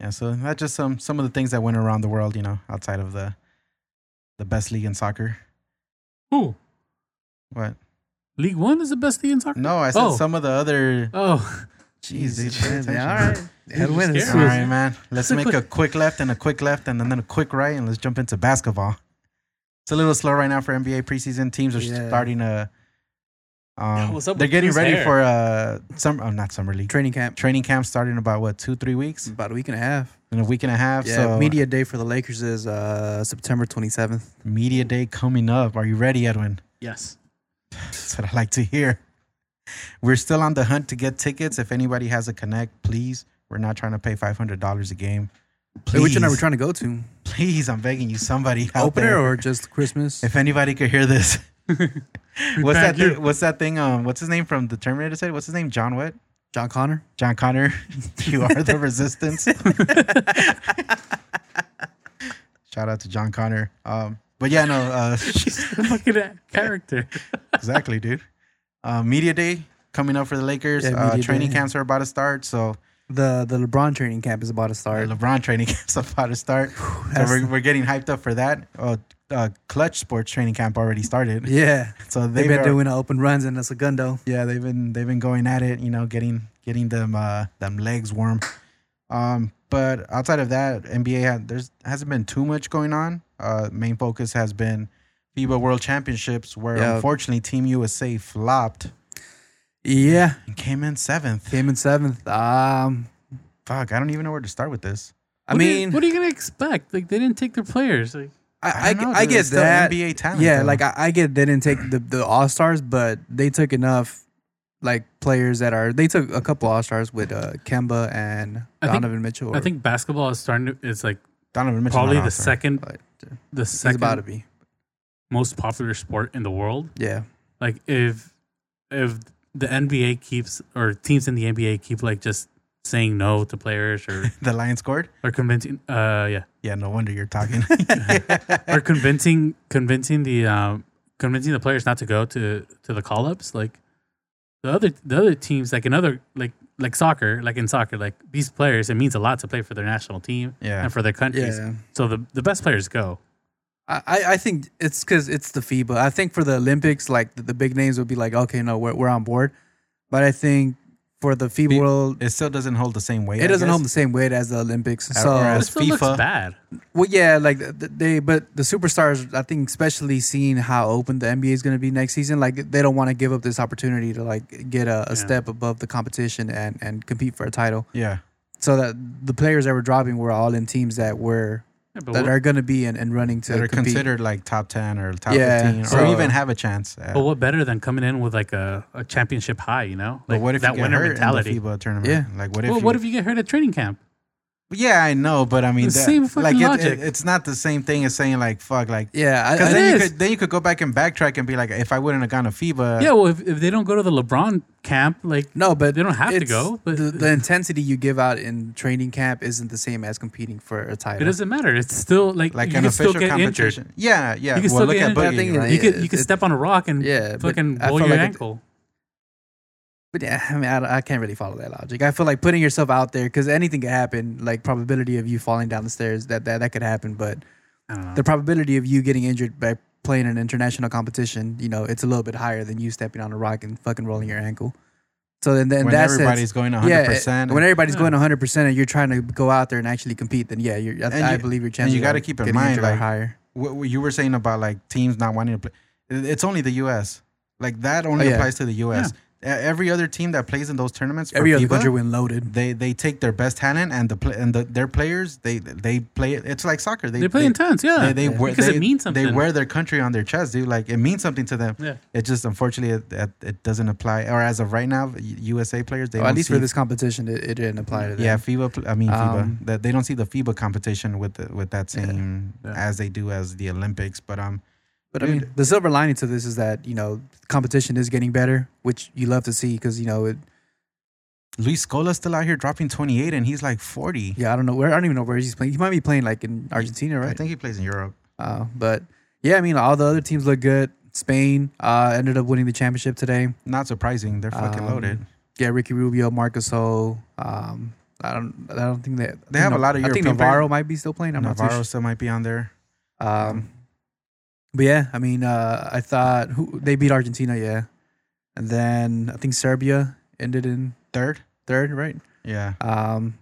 B: yeah. So that's just some some of the things that went around the world. You know, outside of the the best league in soccer.
D: Ooh,
B: What?
D: League One is the best league in soccer?
B: No, I said
D: Oh.
B: some of the other.
D: Oh,
B: Jeez, dude,
C: Yeah,
B: pay
C: man,
B: attention.
C: all right. Head
D: You're
C: winners.
B: All
D: scared.
B: right, man. Let's
D: a
B: make
D: quick-
B: a quick left and a quick left and then a quick right, and let's jump into basketball. It's a little slow right now for NBA preseason. Teams are
C: Yeah.
B: starting to. Um,
D: what's up
B: they're
D: with
B: getting
D: Drew's
B: ready
D: hair?
B: for uh summer. Oh, not summer league.
C: Training camp.
B: Training camp starting about what two, three weeks
C: About a week and a half.
B: in a week and a half.
C: Yeah,
B: so media
C: media day for the Lakers is uh, September 27th.
B: media day coming up. Are you ready, Edwin?
D: yes.
B: That's what I like to hear. We're still on the hunt to get tickets. If anybody has a connect, please. We're not trying to pay five hundred dollars a game.
C: Hey,
B: Please,
C: which one are we trying to go to?
B: please, I'm begging you, somebody out
C: Opener
B: there.
C: or just Christmas?
B: If anybody could hear this, what's that?
D: thank you.
B: Thing, what's that thing? Um, what's his name from the Terminator? Said what's his name? John what?
C: John Connor?
B: John Connor. you are the resistance. Shout out to John Connor. Um, but yeah, no, uh,
D: Look at that character.
B: exactly, dude. Uh, media day coming up for the Lakers.
C: Yeah,
B: uh,
C: media
B: training
C: day.
B: camps are about to start, so
C: The the LeBron training camp is about to
B: or
C: start.
B: LeBron training camps are about to start. So
C: that's-
B: we're, we're getting hyped up for that. Uh, uh, Clutch Sports training camp already started,
C: yeah.
B: so
C: They've
B: they've
C: been
B: al-
C: doing open runs in the Segundo.
B: Yeah, they've been they've been going at it, you know, getting getting them uh them legs warm. Um, but outside of that, NBA had, there's hasn't been too much going on. Uh, main focus has been FIBA World Championships, where
C: Yeah.
B: unfortunately Team USA flopped
C: Yeah.
B: and came in seventh.
C: Came in seventh. Um,
B: Fuck, I don't even know where to start with this.
C: I
D: What do you-
C: mean,
D: what are you going to expect? Like, they didn't take their players. Like,
C: I, I,
B: don't know,
C: I
B: dude.
C: get
B: It's still
C: that.
B: NBA talent.
C: yeah,
B: though.
C: like I, I get they didn't take the, the All Stars, but they took enough like players that are. They took a couple All Stars with uh, Kemba and
D: I think-
C: Donovan Mitchell.
D: I think basketball is starting to, it's like
B: Donovan Mitchell
D: probably
B: not
D: the
B: awesome.
D: second,
C: but
D: the
C: he's about
D: second
C: to be.
D: most popular sport in the world.
C: Yeah,
D: like if if the NBA keeps or teams in the NBA keep like just saying no to players or
B: The Lions scored.
D: or convincing uh yeah
B: Yeah, no wonder you're talking.
D: or convincing convincing the um convincing the players not to go to to the call ups like the other the other teams like in other like like soccer like in soccer like these players it means a lot to play for their national team
B: yeah,
D: and for their countries
C: yeah.
D: so the the best players go
C: I, I I think it's because it's the FIBA. I think for the Olympics, like the, the big names would be like, okay, no, we're we're on board. But I think for the FIBA
B: Fe-
C: world,
B: it still doesn't hold the same weight.
C: it
B: I
C: doesn't
B: guess.
C: hold the same weight as the Olympics.
B: Or-
C: So
B: or
D: it
B: as
D: still looks
B: FIFA.
D: bad
C: Well, yeah, like th- th- they, but the superstars, I think, especially seeing how open the NBA is going to be next season, like they don't want to give up this opportunity to like get a, a
D: Yeah.
C: step above the competition and and compete for a title.
B: Yeah,
C: So that the players that were dropping were all in teams that were
D: Yeah, but
C: that
D: what-
C: are going to be in and running to
B: that are
C: compete.
B: considered like top 10 or top
C: Yeah,
B: 15 or
C: so-
B: even have a chance. at-
D: But what better than coming in with like a, a championship high, you know?
B: but
D: Like
B: what if
D: that
B: you get
D: winner
B: hurt
D: mentality.
B: in the FIBA tournament?
C: Yeah.
B: Like what if
D: well,
B: you,
D: what if you get hurt at training camp?
B: Yeah, I know, but I mean
D: The
B: that-
D: same fucking
B: like it- it-
D: logic.
B: it's not the same thing as saying like fuck like
C: Yeah, I,
B: Because
C: I,
B: then you
D: is.
B: could then you could go back and backtrack and be like, if I wouldn't have gone to FIBA,
D: yeah, well, if, if they don't go to the LeBron camp, like
C: no, but
D: They don't have to
C: it's-
D: go, but-
C: the, the intensity you give out in training camp isn't the same as competing for a
D: it
C: title.
D: doesn't matter. It's still like,
B: like
D: you
B: an
D: can still
B: official
D: get
B: competition.
D: injured.
B: Yeah, yeah.
D: You can
B: well,
D: still
B: look
D: get injured.
B: at Boogie,
C: That thing is-
B: right?
D: You could you
C: it-
D: could
C: it-
D: step on a rock and
C: Yeah, but
D: fucking blow
C: I felt
D: your
C: like it-
D: ankle.
C: But yeah, I mean, I, I can't really follow that logic. I feel like putting yourself out there because anything could happen. Like probability of you falling down the stairs, that that that could happen. But
D: I don't know.
C: the probability of you getting injured by playing an international competition, you know, it's a little bit higher than you stepping on a rock and fucking rolling your ankle. So then, then
B: when
C: that's
B: everybody's going 100 percent,
C: when everybody's
D: Yeah.
C: going 100 percent and you're trying to go out there and actually compete, then yeah, you're, I,
B: And
C: I
B: you-
C: believe your
B: and
C: chances.
B: you got
C: are
B: to keep in
C: getting
B: mind
C: injured are
B: like
C: higher.
B: what, what you were saying about like teams not wanting to play. it- It's only the U.S. Like that only
C: Oh, yeah.
B: applies to the U.S. E- Every other team that plays in those tournaments, for
C: Every other
B: FIBA,
C: country went loaded.
B: they they take their best talent and the pla and the, their players they they play. It's like soccer. They,
D: they play
B: they,
D: intense, yeah.
B: They, they wear,
D: because
B: they,
D: it means something.
B: They wear their country on their chest, dude. Like it means something to them.
D: yeah.
B: It just unfortunately it, it, it doesn't apply. Or as of right now, U- USA players they
C: Well,
B: don't
C: at least
B: see,
C: for this competition, it, it didn't apply to them.
B: Yeah, FIBA. pl- I mean FIBA.
C: Um,
B: that they don't see the FIBA competition with the, with that
C: Yeah.
B: same
D: Yeah.
B: as they do as the Olympics. But um,
C: But I
B: Dude.
C: mean, the silver lining to this is that you know competition is getting better, which you love to see because you know it.
B: Luis Scola's still out here dropping 28, and he's like 40.
C: Yeah, I don't know where I don't even know where he's playing. He might be playing like in Argentina,
B: I
C: right?
B: think he plays in Europe.
C: Uh, but yeah, I mean, all the other teams look good. Spain uh, ended up winning the championship today.
B: Not surprising. They're fucking
C: Um,
B: loaded.
C: Yeah, Ricky Rubio, Marcus Ho. Um, I don't, I don't think that
B: They have a lot of
C: I think
B: European
C: Navarro might be still playing. I'm not too
B: Navarro
C: sure.
B: still might be on there.
C: Um, but yeah, I mean, uh, I thought who they beat Argentina, yeah, and then I think Serbia ended in
B: Third.
C: third, right?
B: Yeah.
C: Um,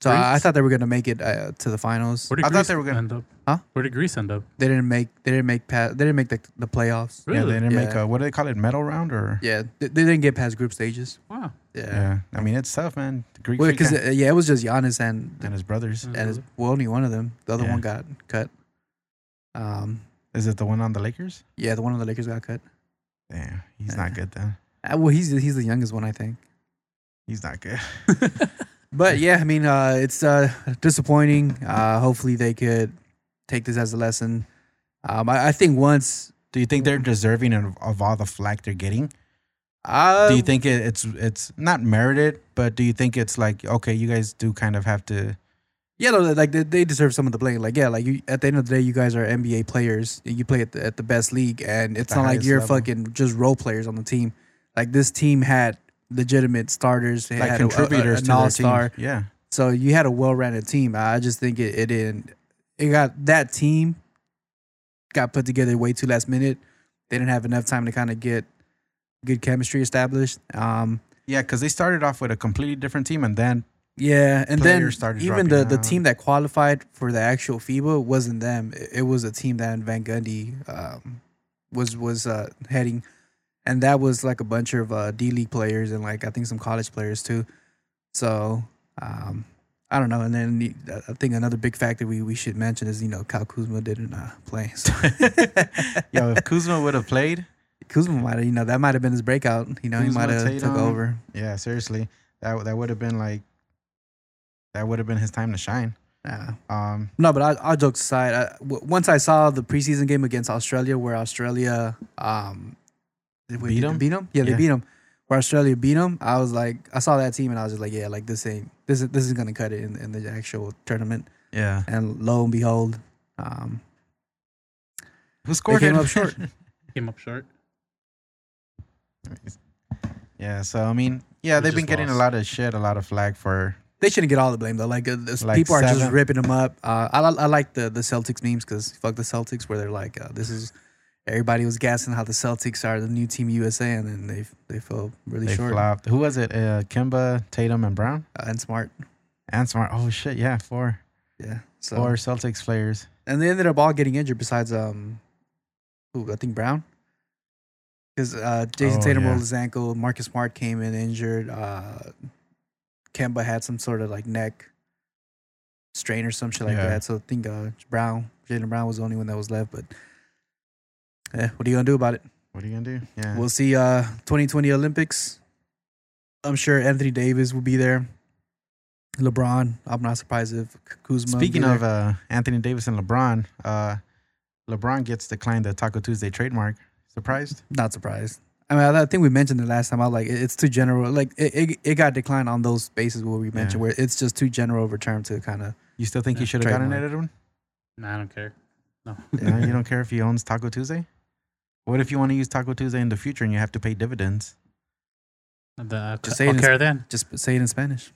C: so I, I
D: Greece?
C: thought they were gonna make it uh, to the finals.
D: Where did
B: I
D: Greece
B: thought they were gonna-
D: end up?
C: Huh?
D: Where did Greece end up?
C: They didn't make. They didn't make. Past, they didn't make the, the playoffs.
D: Really?
B: Yeah. They didn't make
C: Yeah.
B: a what do they call it? Medal round or.
C: Yeah, they, they didn't get past group stages.
D: wow.
C: Yeah,
B: I mean, it's tough, man. The Greek
C: Well,
B: freak
C: 'cause
B: and,
C: uh, yeah, it was just Giannis and
B: and his brothers.
C: and his, well, only one of them. The other
B: Yeah.
C: one got cut. Um,
B: Is it the one on the Lakers?
C: yeah, the one on the Lakers got cut.
B: Damn, he's
C: Yeah.
B: not good then.
C: Uh, well, he's he's the youngest one, I think.
B: He's not good.
C: But yeah, I mean, uh, it's uh, disappointing. Uh, hopefully, they could take this as a lesson. Um, I, I think once.
B: Do you think they're deserving of, of all the flack they're getting?
C: Uh,
B: Do you think it, it's it's not merited, but do you think it's like okay, you guys do kind of have to?
C: Yeah, no, like they, they deserve some of the blame. Like, yeah, like you, at the end of the day, you guys are NBA players. You play at the, at the best league, and it's
B: the
C: not like
B: highest
C: you're
B: level.
C: fucking just role players on the team. Like this team had legitimate starters, they
B: Like
C: had a- a-
B: contributors
C: an
B: to their
C: all-star.
B: team. Yeah,
C: So you had a well-rounded team. I just think it, it didn't. It got that team got put together way too last minute. They didn't have enough time to kind of get good chemistry established. Um,
B: yeah, because they started off with a completely different team, and then
C: yeah, and then
B: players started
C: even the,
B: dropping
C: the
B: out.
C: team that qualified for the actual FIBA wasn't them. It, it was a team that Van Gundy um, was was uh, heading, and that was like a bunch of uh, D League players and like I think some college players too. So um, I don't know. And then the, I think another big factor we, we should mention is you know Kyle Kuzma didn't uh, play. So.
B: yo, if Kuzma would have played,
C: Kuzma might have you know that might have been his breakout. You know
B: Kuzma,
C: he might have took
B: Tatum.
C: over.
B: yeah, seriously, that that would have been like that would have been his time to shine.
C: Yeah.
B: Um,
C: No, but I, all jokes aside, I, w- once I saw the preseason game against Australia, where Australia um, did
B: Beat
C: did they
B: 'em?
C: beat 'em? Yeah, they
B: Yeah.
C: beat them. Where Australia beat them, I was like, I saw that team, and I was just like, yeah, like this ain't this is this is gonna cut it in, in the actual tournament.
B: yeah,
C: And lo and behold, um,
B: who scored
C: came
B: it?
C: up short.
D: Came up short.
B: yeah, so I mean, yeah,
D: We
B: they've been
D: just
B: getting a
D: lost.
B: lot of shit, a lot of flack for
C: they shouldn't get all the blame though. Like, uh, this-
B: Like
C: people are just
B: seven.
C: ripping them up. Uh, I, li- I like the the Celtics memes because fuck the Celtics, where they're like, uh, this is everybody was gassing how the Celtics are the new team USA, and then they they fell really
B: they
C: short
B: flopped. Who was it? Uh, Kimba, Tatum, and Brown,
C: uh, and smart.
B: and Smart. Oh shit, yeah, four
C: Yeah. So
B: four Celtics players.
C: and they ended up all getting injured besides um, who I think Brown, because uh, Jason
B: Oh,
C: Tatum
B: yeah.
C: rolled his ankle. Marcus Smart came in injured. Uh, Kemba had some sort of like neck strain or some shit like
B: Yeah.
C: that. So I think uh, Brown, Jalen Brown was the only one that was left. But eh, what are you gonna do about it?
B: What are you gonna do? Yeah.
C: We'll see. Uh, 2020 Olympics. I'm sure Anthony Davis will be there. LeBron. I'm not surprised if Kuzma. will be
B: Speaking
C: there.
B: of uh, Anthony Davis and LeBron, uh, LeBron gets declined the Taco Tuesday trademark. Surprised?
C: Not surprised. I mean, I I think we mentioned it last time. I was like it- it's too general. Like it, it, it got declined on those bases where we mentioned where it's just too general of a term to kind of.
B: You still think he
D: Yeah,
B: should have gotten it,
C: trademark.
B: Edwin?
D: Nah, I don't care. No.
B: No, you don't care if he owns Taco Tuesday? What if you want to use Taco Tuesday in the future and you have to pay dividends?
D: The, uh, I
C: Just say it
D: don't
C: in-
D: care then.
C: Just say it in Spanish.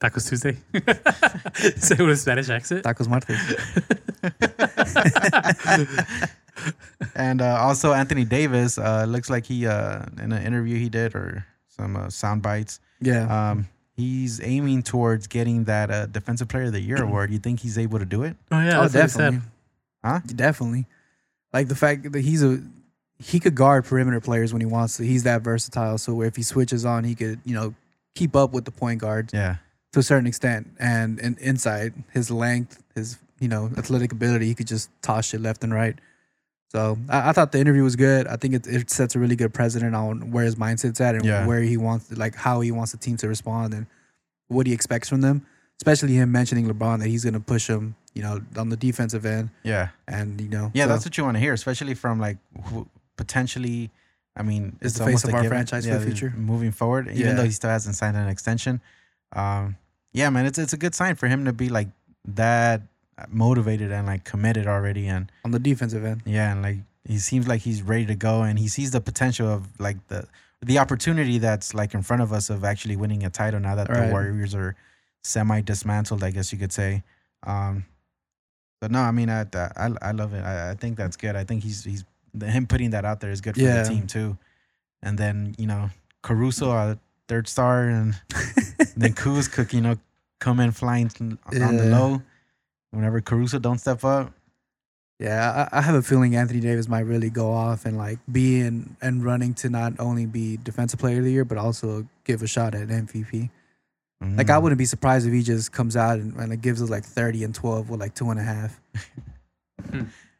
D: Tacos Tuesday. Say it with a Spanish accent.
C: Tacos martes.
B: and uh, also Anthony Davis uh, looks like he uh, in an interview he did or some uh, sound bites.
C: Yeah.
B: Um, he's aiming towards getting that uh, Defensive Player of the Year award. You think he's able to do it?
D: oh yeah,
C: oh,
D: that's what he said.
C: definitely.
B: Huh?
C: Definitely. Like the fact that he's a he could guard perimeter players when he wants to. He's that versatile. So if he switches on, he could you know keep up with the point guards.
B: Yeah,
C: to a certain extent and, and inside his length his you know athletic ability he could just toss shit left and right so i, I thought the interview was good i think it, it sets a really good precedent on where his mindset's at and
B: Yeah.
C: where he wants like how he wants the team to respond and what he expects from them especially him mentioning lebron that he's going to push him you know on the defensive end
B: yeah,
C: and you know
B: yeah.
C: so
B: That's what you want to hear, especially from like who potentially. I mean,
C: Is the face
B: almost
C: of
B: a
C: our
B: given.
C: franchise for the future.
B: moving forward.
C: Yeah.
B: Even though he still hasn't signed an extension, um, yeah, man, it's it's a good sign for him to be like that motivated and like committed already and
C: on the defensive end
B: Yeah, and like he seems like he's ready to go, and he sees the potential of like the the opportunity that's like in front of us of actually winning a title now that the
C: Right.
B: Warriors are semi dismantled, I guess you could say. Um, but no, I mean, I I, I love it. I, I think that's good. I think he's he's the, him putting that out there is good for
C: Yeah.
B: the team too. And then you know Caruso, our third star, and then Kuz could you know come in flying on the
C: Yeah.
B: low. Whenever Caruso don't step up,
C: Yeah, I, I have a feeling Anthony Davis might really go off and like be in and running to not only be defensive player of the year, but also give a shot at MVP. Like I
B: mm,
C: wouldn't be surprised if he just comes out and, and it gives us like thirty and twelve with like two and a half.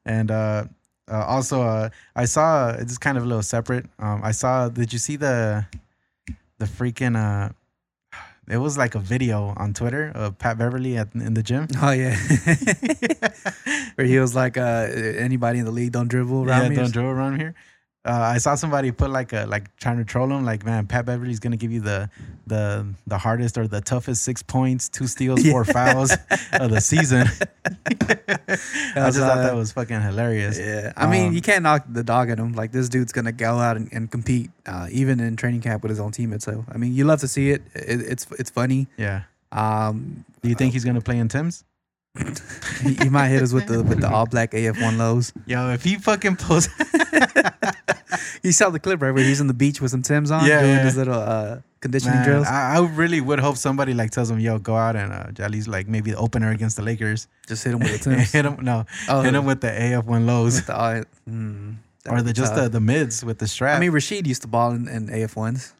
B: And uh, uh, also, uh, I saw it's just kind of a little separate. Um, I saw. Did you see the the freaking? Uh, it was like a video on Twitter of Pat Beverly at in the gym.
C: Oh yeah. Where he was like, uh, anybody in the league don't dribble around
B: yeah,
C: me.
B: don't drill around here. Uh, I saw somebody put like a like trying to troll him, like man, Pat Beverly's gonna give you the the the hardest or the toughest six points, two steals, four fouls of the season. I
C: was,
B: just thought
C: uh,
B: that was fucking hilarious.
C: yeah, I mean,
B: Um,
C: you can't knock the dog at him. Like this dude's gonna go out and, and compete, uh, even in training camp with his own teammates. So I mean, you love to see it. it it's it's funny.
B: yeah.
C: Um,
B: Do you think he's gonna play in Tim's?
C: he, he might hit us with the with the all black AF1 lows.
B: Yo, if he fucking pulls,
C: You saw the clip right where he's on the beach with some Tim's on,
B: Yeah,
C: doing
B: yeah.
C: his little uh, conditioning
B: Man,
C: drills.
B: I, I really would hope somebody like tells him, "Yo, go out and uh, at least like maybe the opener against the Lakers,
C: just hit him with the
B: and
C: Tim's.
B: hit him no,
C: Oh,
B: hit him with the AF one lows
C: with the all- hmm,
B: or the just the,
C: uh,
B: the mids with the strap."
C: I mean, Rashid used to ball in, in AF1s.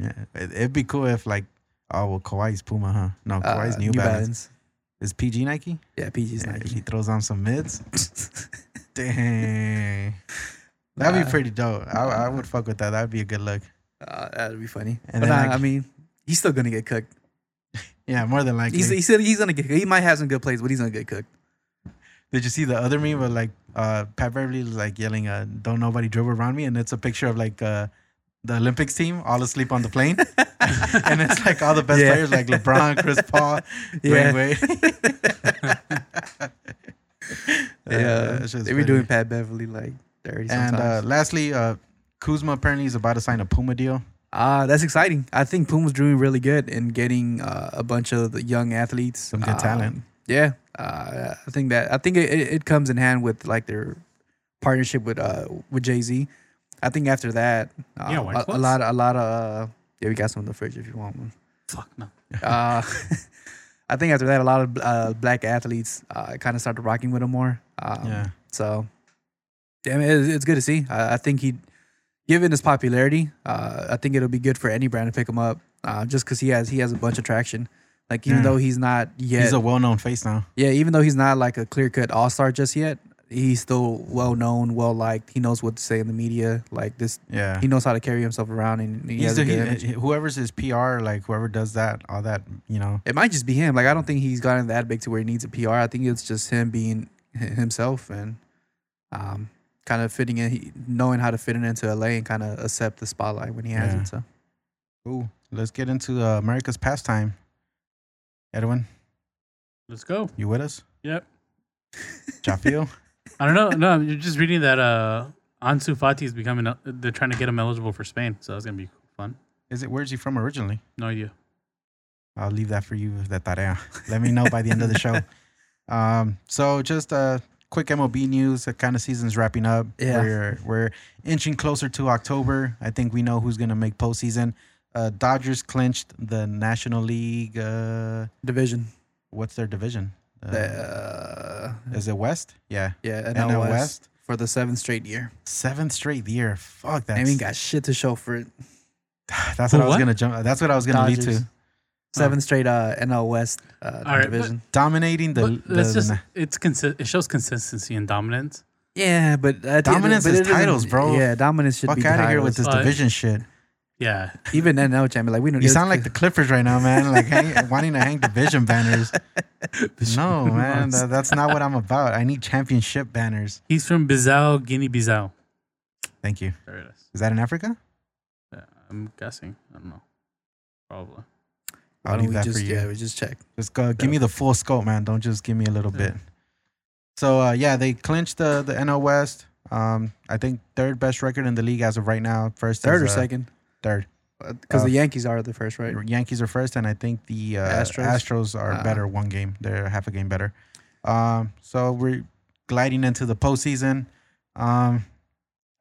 B: yeah, it, would be cool if like, oh well, Kawhi's Puma, huh? No,
C: Uh,
B: Kawhi's New, Balance. is PG Nike.
C: Yeah, PG's
B: Yeah,
C: not.
B: if he throws on some mids, dang, that'd be
C: Nah.
B: pretty dope. I, I would fuck with that. That'd be a good look.
C: Uh, that'd be funny.
B: And
C: but
B: then,
C: nah,
B: like-
C: I mean, he's still gonna get cooked.
B: Yeah, more than likely.
C: He's he's, still, he's gonna get. He might have some good plays, but he's gonna get cooked.
B: Did you see the other meme where like uh Pat Beverly is like yelling uh don't nobody dribble around me and it's a picture of like uh the Olympics team all asleep on the plane and it's like all the best
C: Yeah.
B: players like LeBron, Chris Paul,
C: Yeah.
B: Dwayne Wade. Uh,
C: Yeah,
B: it's just
C: they be
B: funny.
C: doing Pat Beverly like dirty
B: And
C: sometimes.
B: uh lastly, uh Kuzma apparently is about to sign a Puma deal.
C: Ah, that's exciting. I think Puma's doing really good in getting uh, a bunch of the young athletes,
B: Some good
C: Um,
B: talent.
C: Yeah, uh, I think that I think it, it it comes in hand with like their partnership with uh, with Jay Z. I think after that, uh,
D: Yeah, White
C: a- a,
D: Claws.
C: lot a lot of uh, yeah, we got some in the fridge if you want one.
D: Fuck no.
C: Uh, I think after that, a lot of uh, black athletes uh, kind of started rocking with him more. Um,
B: Yeah.
C: So, yeah, I mean, it's, it's good to see. I, I think he, given his popularity, uh, I think it'll be good for any brand to pick him up, uh, just because he has he has a bunch of traction. Like even
B: Yeah.
C: though he's not yet,
B: Hmm. He's a well-known face now.
C: yeah, even though he's not like a clear cut all star just yet, he's still well known, well liked. He knows what to say in the media. Like this,
B: Yeah.
C: he knows how to carry himself around, and he
B: He's
C: has
B: the,
C: a good energy.
B: he, whoever's his PR, like whoever does that, all that, you know.
C: It might just be him. Like I don't think he's gotten that big to where he needs a PR. I think it's just him being hi- himself and um, kind of fitting in, he, knowing how to fit in into LA and kind of accept the spotlight when he has
B: Yeah.
C: it. So
B: Ooh, let's get into uh, America's pastime. Edwin,
D: Let's go.
B: you with us?
D: Yep.
B: Jafil?
D: I don't know. No, you're just reading that uh Ansu Fati is becoming. el- They're trying to get him eligible for Spain, so that's gonna be fun.
B: Is it where's he from originally?
D: No idea.
B: I'll leave that for you, the tarea. Let me know by the end of the show. Um, so just uh, quick MLB news. The kind of season's wrapping up.
C: Yeah.
B: We're, we're inching closer to October. I think we know who's going to make postseason. Uh, Dodgers clinched the National League. Uh,
C: division,
B: what's their division? Uh,
C: the, uh,
B: is it West? Yeah.
C: yeah, NL,
B: NL
C: West,
B: West.
C: for the seventh straight year.
B: Seventh straight year. Fuck
C: I
B: that.
C: and we got shit to show for it.
B: That's what, I was
D: What?
B: gonna jump. That's what I was gonna lead
C: Dodgers.
B: to.
C: Seven straight uh, NL West uh,
D: All right, but-
C: division.
B: Dominating the.
D: but that's
B: the-
D: just
B: the-
D: it's consi- it shows consistency and dominance.
C: yeah, but at the end-
B: Dominance
C: but
B: is
C: it doesn't-
B: titles, bro.
C: Yeah, dominance should
B: fuck
C: be
B: out of here with
C: titles.
B: this
D: Uh,
B: division shit.
D: Yeah,
C: Even NL champion, like we don't.
B: You sound like the Clippers right now, man. Like hang, wanting to hang division banners. No, man, that, that's not what I'm about. I need championship banners.
D: he's from Bizao, Guinea Bizao.
B: Thank you.
D: There it is.
B: Is that in Africa?
D: Yeah, I'm guessing. I don't know. Probably.
C: Why
B: I'll
C: don't
B: leave
C: we
B: that
C: just,
B: for you.
C: Yeah, we just check.
B: Just go. Give me the full scope, man. Don't just give me a little bit. So uh, yeah, they clinched the the NL West. Um, I think third best record in the league as of right now. First,
C: Third or
B: is, uh,
C: second,
B: Third.
C: because
B: uh,
C: the Yankees are the first, right?
B: Yankees are first, and I think the uh, Astros.
C: Astros?
B: are
C: Ah.
B: better one game. They're half a game better. Um, so we're gliding into the postseason. Um,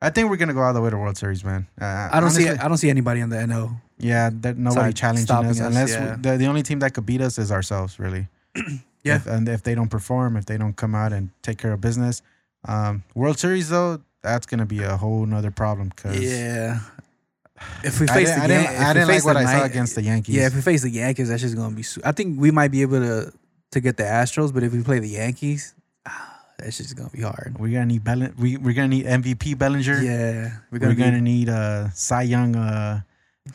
B: I think we're gonna go all the way to World Series, man. Uh,
C: I don't see.
B: honestly,
C: I don't see anybody on the NO.
B: Yeah, there, nobody
C: Sorry,
B: challenging
C: stopping
B: us,
C: us,
B: unless
C: yeah.
B: we, the, the only team that could beat us is ourselves, really.
C: Yeah.
B: If- and if they don't perform, if they don't come out and take care of business, um, World Series though, that's gonna be a whole nother problem because
C: Yeah. If we
B: I
C: face
B: didn't,
C: the
B: I didn't,
C: Yan-
B: I
C: if we
B: didn't like
C: face
B: what
C: the
B: I saw
C: Ni-
B: against the Yankees.
C: Yeah, if we face the Yankees, that's just gonna be. Su- I think we might be able to to get the Astros, but if we play the Yankees, ah, that's just gonna be hard.
B: We're gonna need Bell- we we're gonna need MVP Bellinger.
C: Yeah, we're
B: We're
C: gonna,
B: gonna
C: be
B: need uh Cy Young uh,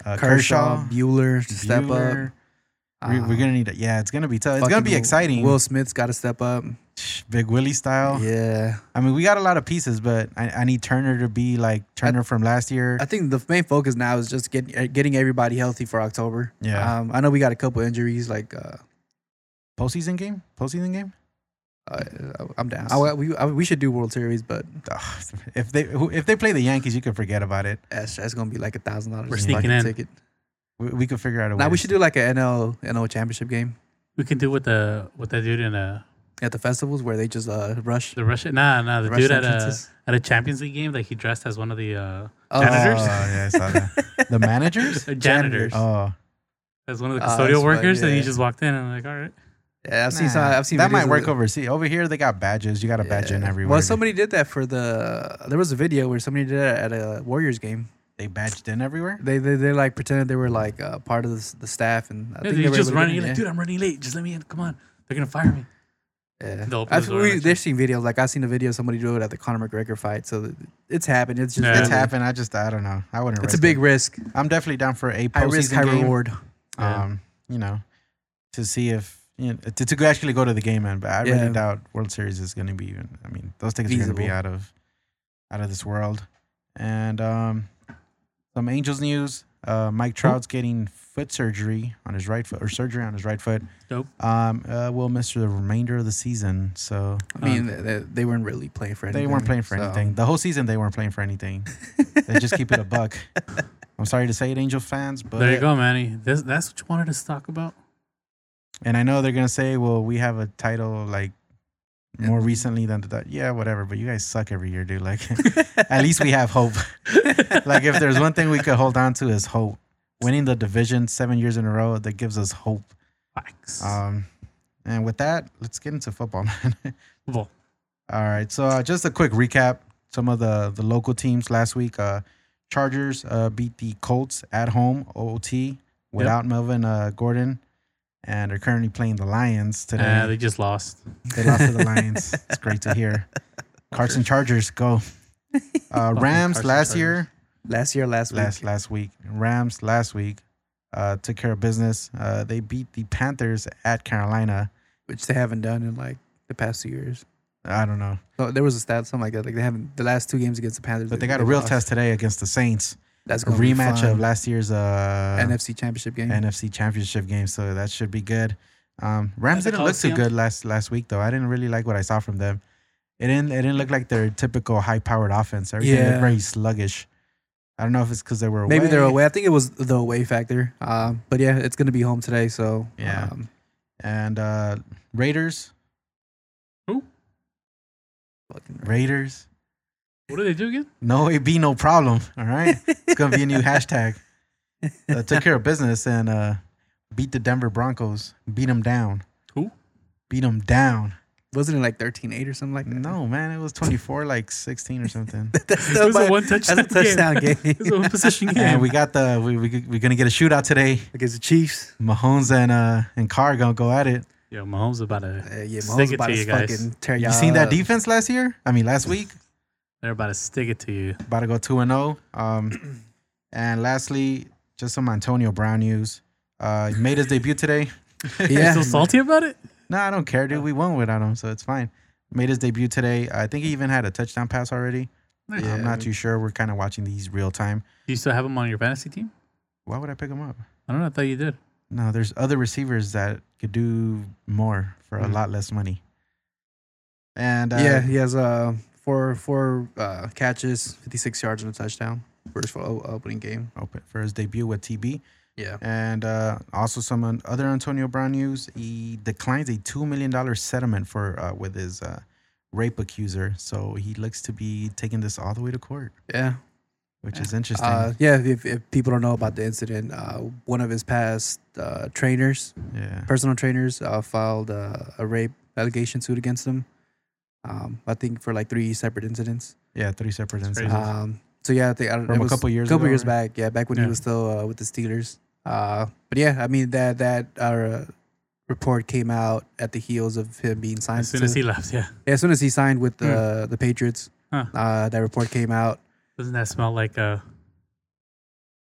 B: uh
C: Kershaw,
B: Kershaw.
C: Bueller to step up.
B: Bueller. We-
C: Ah,
B: We're gonna need it. Yeah, it's gonna be tough. It's
C: fucking
B: gonna be
C: Will-
B: exciting. Oh.
C: Will Smith's got to step up.
B: Big Willie style.
C: Yeah,
B: I mean, we got a lot of pieces, but I, I need Turner to be like Turner from last year.
C: I think the main focus now is just getting uh, getting everybody healthy for October.
B: Yeah.
C: um, I know we got a couple injuries. Like, uh,
B: postseason game. Postseason game.
C: uh, I'm down. I, we I, we should do World Series, but
B: Ugh, if they who- if they play the Yankees, you could forget about it.
C: That's, that's gonna be like a thousand dollars.
D: We're
C: a
D: sneaking
C: fucking
D: in.
C: Ticket.
B: We, we could figure out a way.
C: Now we
B: to-
C: should do like an NL NL championship game
D: We can do what the what that dude in uh
C: at the festivals where they just uh rush.
D: the Russia. Nah, nah, the
C: rush
D: dude at uh, a
C: entrances.
D: at a Champions League game. Like he dressed as one of the uh
C: Oh,
B: Oh,
D: janitors?
B: yeah, I saw that. the managers.
D: the janitors,
C: Janitors.
B: Oh,
D: as one of the
C: Oh,
D: custodial
C: that's funny,
D: workers, and he
C: yeah.
D: just walked in and I'm like, all right.
C: yeah, I've seen some.
B: Nah,
C: I've seen
B: that
C: videos
B: might
C: of
B: work
C: the-
B: overseas. Over here, they got badges. You got a badge in
C: yeah.
B: everywhere.
C: Well, somebody did that for the. There was a video where somebody did it at a Warriors game.
B: they badged in everywhere.
C: They they, they like pretended they were like uh, part of the, s- the staff and I
D: Yeah,
C: they
D: he's
C: were
D: just
C: able to
D: running.
C: get in,
D: You're like, dude, I'm running late. Just let me in. Come on, they're gonna fire me.
C: Yeah.
D: they'll open the
C: I've,
D: door
C: we,
D: and
C: they've seen videos like I've seen a video of somebody do it at the Conor McGregor fight. So th- it's happened. It's just
D: Yeah.
B: It's happened. I just I don't know. I wouldn't.
C: It's a
B: risk
C: big
B: it.
C: risk.
B: I'm definitely down for a postseason
C: High risk, high
B: game.
C: reward.
D: Yeah.
B: Um, you know, to see if you know, to, to go actually go to the game, man. But I
C: Yeah.
B: really doubt World Series is going to be even. I mean, those things are going to be
C: Feasible.
B: out of out of this world. And um, some Angels news. Uh, Mike Trout's getting foot surgery on his right foot, or surgery on his right foot.
D: Dope.
B: Um, uh, will miss the remainder of the season. So
C: I mean, th- th- they weren't really playing for anything.
B: Oh. they weren't playing for
C: so-
B: anything. The whole season they weren't playing for anything. they just keep it a buck. I'm sorry to say it, Angel fans, but
D: there you go, Manny. This, that's what you wanted us to talk about.
B: And I know they're gonna say, "Well, we have a title like
C: Yeah.
B: more recently than that." Yeah, whatever. But you guys suck every year, dude. Like, at least we have hope. like, if there's one thing we could hold on to is hope. Winning the division seven years in a row that gives us hope.
D: Facts.
B: Um, and with that, let's get into football, man.
D: Well,
B: All right. So uh, just a quick recap. Some of the the local teams last week. Uh, Chargers uh, beat the Colts at home, OT, without Melvin uh, Gordon, and are currently playing the Lions today.
D: Uh, they
B: they,
D: just lost.
B: lost to the Lions. It's great to hear. Carson Chargers go. Uh, Rams
D: Carson
B: last
D: Chargers.
B: year,
C: Last year, last week.
B: last last week. Rams last week uh, took care of business. Uh, they beat the Panthers at Carolina.
C: which they haven't done in like the past two years.
B: I don't know,
C: So there was a stat, something like that. Like they haven't the last two games against the Panthers.
B: but they got a real
C: lost.
B: test today against the Saints.
C: That's
B: A
C: gonna be
B: rematch
C: fun.
B: of last year's uh,
C: NFC Championship game.
B: NFC Championship game, so that should be good. Um, Rams
D: the
B: didn't look too
D: Coliseum.
B: good last last week though. I didn't really like what I saw from them. It didn't it didn't look like their typical high powered offense. Everything
C: Yeah.
B: looked very sluggish. I don't know if it's because they were away.
C: Maybe they're away. I think it was the away factor. Um, but yeah, it's gonna be home today. So
B: Yeah.
C: um,
B: And uh, Raiders,
C: fucking
B: Raiders,
D: What do they do again?
B: no it be no problem. All right, it's gonna be a new hashtag. Uh, took care of business and uh, beat the Denver Broncos. Beat them down.
D: Who?
B: Beat them down.
C: Wasn't it like 13-8 or something like that?
B: No man, it was twenty four like sixteen or something.
C: that's
D: It was
C: my-
D: a one touchdown.
C: That's a touchdown game.
D: it was a one possession game.
B: and we got the we, we we're gonna get a shootout today.
C: against the Chiefs.
B: Mahomes and uh and Carr gonna go at it.
D: Yo, Mahomes about to.
C: Uh, yeah,
D: Stick it
C: Mahomes about
D: to
C: to
D: you guys.
C: fucking tear
B: You
C: y'all
B: seen that
C: up.
B: defense last year? I mean last week.
D: They're about to stick it to you.
B: About to go two and zero. Um, and lastly, just some Antonio Brown news. Uh, he made his debut today.
D: Yeah.
C: Yeah,
D: still salty about it?
B: No, I don't care, dude. We won without him, so it's fine. Made his debut today. I think he even had a touchdown pass already.
D: Yeah.
B: I'm not too sure. We're kind of watching these real time.
D: Do you still have him on your fantasy team?
B: Why would I pick him up?
D: I don't know. I thought you did.
B: No, there's other receivers that could do more for a
D: Mhm.
B: lot less money. And uh,
C: yeah, he has uh four four uh catches, fifty six yards and a touchdown for his o- opening game.
B: open for his debut with TB.
C: Yeah,
B: And uh, also some on- other Antonio Brown news. He declines a two million dollar settlement for uh, with his uh, rape accuser, so he looks to be taking this all the way to court,
C: yeah,
B: which is interesting.
C: uh, yeah. If, if people don't know about the incident, uh, one of his past uh, trainers,
B: yeah,
C: personal trainers, uh, filed uh, a rape allegation suit against him. Um, I think for like three separate incidents.
B: yeah, three separate
D: That's
B: incidents.
D: crazy.
C: Um, so yeah, I think I,
B: From
C: it
B: a
C: was
B: couple years
C: couple
B: ago,
C: years
B: right?
C: back. Yeah, back when
D: Yeah.
C: he was still uh, with the Steelers. Uh, but yeah, I mean that that uh, report came out at the heels of him being signed.
D: As soon
C: to-
D: as he left, yeah.
C: yeah, as soon as he signed with the the Patriots,
D: Huh.
C: uh, that report came out.
D: Doesn't that smell like a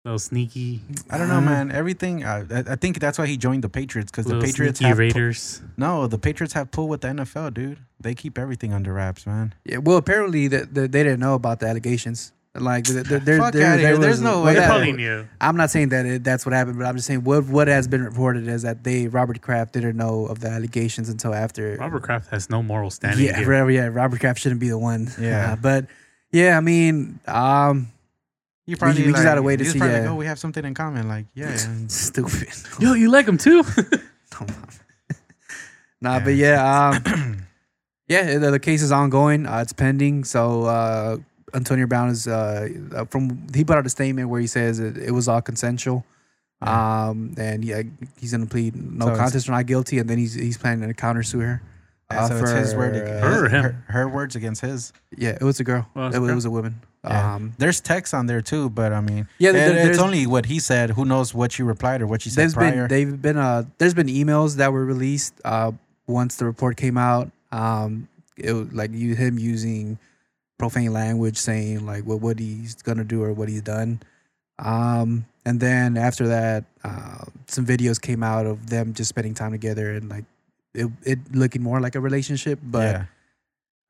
D: little sneaky,
B: I don't know, man. Everything. Uh, I, I think that's why he joined the Patriots because the
D: little
B: Patriots
D: sneaky
B: have pu-
D: Raiders?
B: no, the Patriots have pull with the NFL, dude. They keep everything under wraps, man.
C: Yeah, well, apparently that that they didn't know about the allegations. Like th- th- there,
B: Fuck
C: there-
B: outta
C: there
B: here. There's
C: was-
B: no
C: well,
B: way.
D: They
B: Oh, Yeah.
C: that-
D: probably knew.
C: I'm not saying that it, that's what happened, but I'm just saying what what has been reported is that they Robert Kraft didn't know of the allegations until after
D: Robert Kraft has no moral standing.
C: yeah,
D: here.
C: Robert, yeah, Robert Kraft shouldn't be the one.
B: Yeah.
C: Uh, but yeah, I mean, um,
B: You
C: we just gotta wait to
B: he's
C: see,
B: probably like,
C: yeah.
B: oh, we have something in common. Like, yeah, and
C: stupid.
D: Yo, you like him too?
C: Come on. nah, but yeah, um, yeah, the, the case is ongoing. Uh, it's pending. So uh, Antonio Brown is uh, from he put out a statement where he says it, it was all consensual. Um and yeah, he's gonna plead no
B: So it's-
C: contest or not guilty, and then he's he's planning to counter sue her.
B: And so it's his word. ag-
C: uh,
D: Her or him?
B: Her, her words against his.
C: Yeah, it was a girl.
D: Well, it was Oh,
C: it,
D: a
C: was,
D: girl.
C: it was a woman.
B: Yeah.
C: Um,
B: There's text on there too, but I mean,
C: Yeah, there-
B: it-
C: there-
B: it's
C: there's-
B: only what he said. Who knows what she replied or what she said
C: There's been
B: prior?
C: they've been uh there's been emails that were released uh once the report came out um it was like you him using profane language saying like what what he's gonna do or what he's done um and then after that uh some videos came out of them just spending time together and like it, it looking more like a relationship but
B: yeah,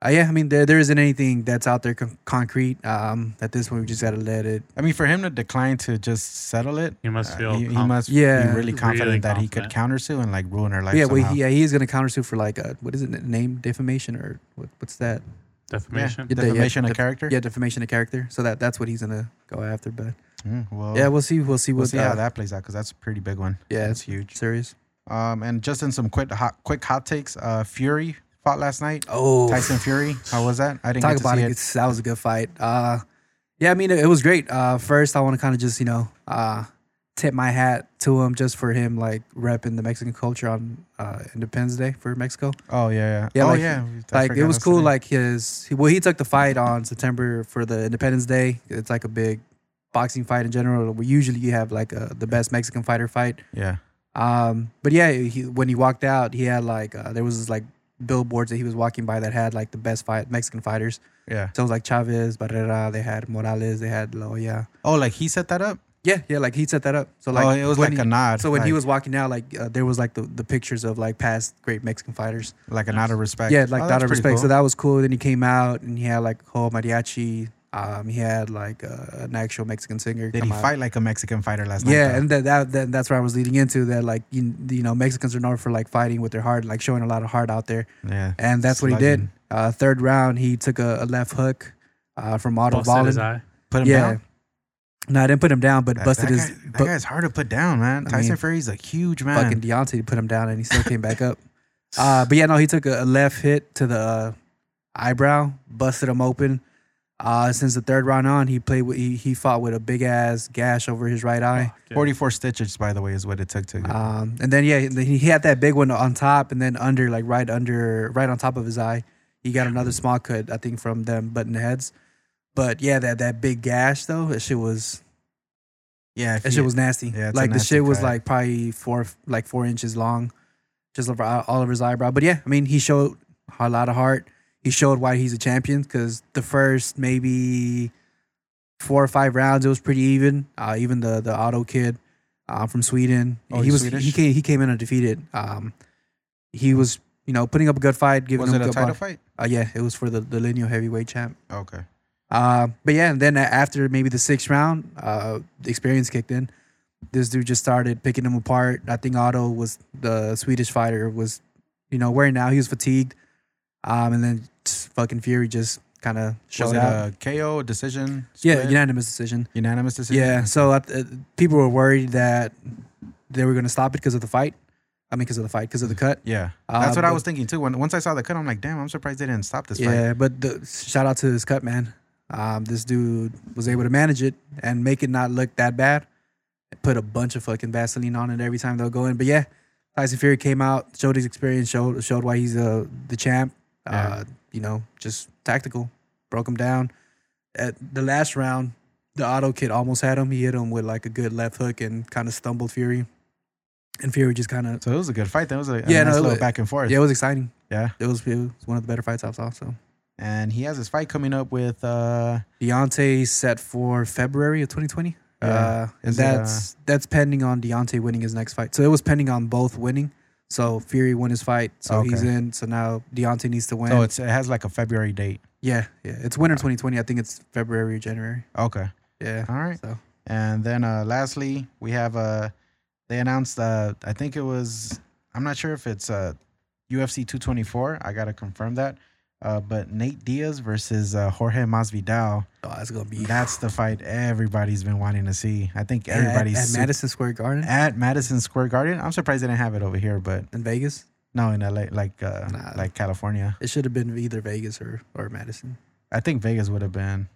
C: uh, yeah I mean there there isn't anything that's out there con- concrete um at this point we just gotta let it
B: I mean, for him to decline to just settle it,
D: He must
B: uh,
D: feel.
B: he, he
D: confident.
B: must
C: Yeah.
B: be really
D: Really
B: confident that he could
D: confident.
B: countersue and like ruin her life.
C: yeah,
B: somehow.
C: well, he, yeah, he is going to countersue for like a, what is it, name defamation or what, what's that?
D: defamation.
C: Yeah, yeah,
B: defamation of
C: def-
B: character.
C: Yeah, defamation of character. So that that's what he's going to go after. But
B: Mm, well,
C: yeah, we'll see. We'll see
B: we'll
C: what.
B: see
C: uh,
B: how that plays out because that's a pretty big one.
C: Yeah, it's
B: that's huge.
C: serious.
B: Um, and just in some quick hot, quick hot takes. Uh, Fury fought last night.
C: Oh,
B: Tyson Fury. How was that? I didn't
C: talk
B: get to
C: about
B: see
C: it.
B: it.
C: It's- That was a good fight. Uh, yeah, I mean it, it was great. Uh, first I want to kind of just you know uh, tip my hat to him just for him like repping the Mexican culture on uh, Independence Day for Mexico.
B: Oh yeah, yeah.
C: Yeah,
B: oh
C: like-
B: yeah. I
C: like it
B: forgot
C: was
B: that's
C: cool.
B: the name.
C: Like his well, he took the fight on September for the Independence Day. It's uh, like a big boxing fight in general. We usually you have like a, the best Mexican fighter fight.
B: yeah.
C: Um, but yeah, he, when he walked out, he had like uh, there was this, like billboards that he was walking by that had like the best fight Mexican fighters.
B: Yeah.
C: So it was like Chavez, Barrera, they had Morales, they had Loya.
B: Oh, like he set that up.
C: Yeah, yeah, like he set that up. So like
B: oh, it was
C: when
B: like
C: he-
B: a nod.
C: So when
B: like,
C: he was walking out, like uh, there was like the, the pictures of like past great Mexican fighters.
B: like a nod of respect.
C: Yeah, like
B: Oh,
C: out
B: that's
C: of
B: pretty
C: respect.
B: cool.
C: So that was cool. Then he came out and he had like whole mariachi. Um, he had like uh, an actual Mexican singer.
B: Did
C: come
B: he
C: out.
B: fight like a Mexican fighter last night?
C: Yeah,
B: though?
C: and that, that, that that's where I was leading into that. Like you, you know, Mexicans are known for like fighting with their heart, like showing a lot of heart out there,
B: yeah.
C: and that's what he did.
B: Slugging.
C: Uh, third round, he took a, a left hook uh, from Otto
D: Busted his
C: Valen.
D: eye.
B: Put him
C: Yeah,
B: down.
C: no, I didn't put him down, but
B: That-
C: busted
B: that
C: his
B: Guy, that
C: bu-
B: guy's hard to put down, man.
C: I
B: Tyson
C: mean,
B: Fury's a huge man.
C: fucking Deontay to put him down, and he still came back up. Uh, but yeah, no, he took a, a left hit to the uh, eyebrow, busted him open. Uh, since the third round on, he played with, he, he fought with a big ass gash over his right eye.
D: Fuck, yeah.
B: Forty-four stitches, by the way, is what it took to. Get.
C: Um, and then yeah, he he had that big one on top, and then under, like right under, right on top of his eye, he got another small cut, I think, from them button heads. But yeah, that that big gash though, that shit was
B: yeah, if
C: that
B: he-
C: shit was nasty.
B: Yeah, it's a
C: like the
B: nasty
C: shit was
B: cut.
C: like probably four like four inches long, just over all of his eyebrow. But yeah, I mean, he showed a lot of heart. He showed why he's a champion because the first maybe four or five rounds, it was pretty even. Uh, even the the auto kid uh, from Sweden,
B: Oh,
C: he
B: he's
C: was
B: Swedish?
C: he came he came in undefeated. Um, he was you know putting up a good fight, giving him
B: was it a
C: good
B: title
C: body.
B: fight?
C: Uh, yeah, it was for the the lineal heavyweight champ.
B: Okay.
C: Uh, but yeah, and then a- after maybe the sixth round, uh, the experience kicked in. This dude just started picking him apart. I think Otto was the Swedish fighter was, you know, wearing out. He was fatigued, um, and then just fucking Fury just kind of
B: was
C: showed
B: it
C: out.
B: a KO decision?
C: yeah,
B: split?
C: unanimous decision.
B: unanimous decision.
C: Yeah, so I, uh, people were worried that they were going to stop it because of the fight. I mean, because of the fight, because of the cut.
B: Yeah,
C: Uh,
B: that's what I
C: but-
B: was thinking too. When once I saw the cut, I'm like, damn, I'm surprised they didn't stop this fight.
C: yeah, but the, shout out to this cut man. Um, this dude was able to manage it and make it not look that bad. Put a bunch of fucking Vaseline on it every time they'll go in. But yeah, Tyson Fury came out, showed his experience, showed showed why he's uh, the champ. Uh, you know, just tactical, broke him down. At the last round, the auto kid almost had him. He hit him with like a good left hook and kind of stumbled Fury, and Fury just kind of
B: So it was a good fight. That was a, a
C: Yeah, no,
B: nice
C: it
B: little
C: was-
B: back and forth.
C: yeah, it was exciting.
B: Yeah.
C: It was it was one of the better fights I saw. So.
B: And he has his fight coming up with uh
C: Deontay set for February of 2020. Uh,
B: Yeah.
C: and
B: Is it, uh,
C: that's that's pending on Deontay winning his next fight. So it was pending on both winning. So Fury won his fight, so he's
B: Okay.
C: in. So now Deontay needs to win.
B: so it's, Uh, it has like a February date.
C: yeah, yeah. It's winter 2020. I think it's February or January.
B: Okay.
C: Yeah.
B: All right.
C: So
B: And then uh lastly, we have uh they announced uh I think it was I'm not sure if it's uh UFC 224. I got to confirm that. Uh, but Nate Diaz versus uh, Jorge Masvidal,
C: oh, that's gonna be
B: that's the fight everybody's been wanting to see. I think
C: Yeah,
B: everybody's
C: at, at
B: su-
C: Madison Square Garden
B: at Madison Square Garden. I'm surprised they didn't have it over here, but
C: in Vegas.
B: no, in LA, like uh,
C: Nah.
B: like California.
C: It should have been either Vegas or or Madison.
B: I think Vegas would have been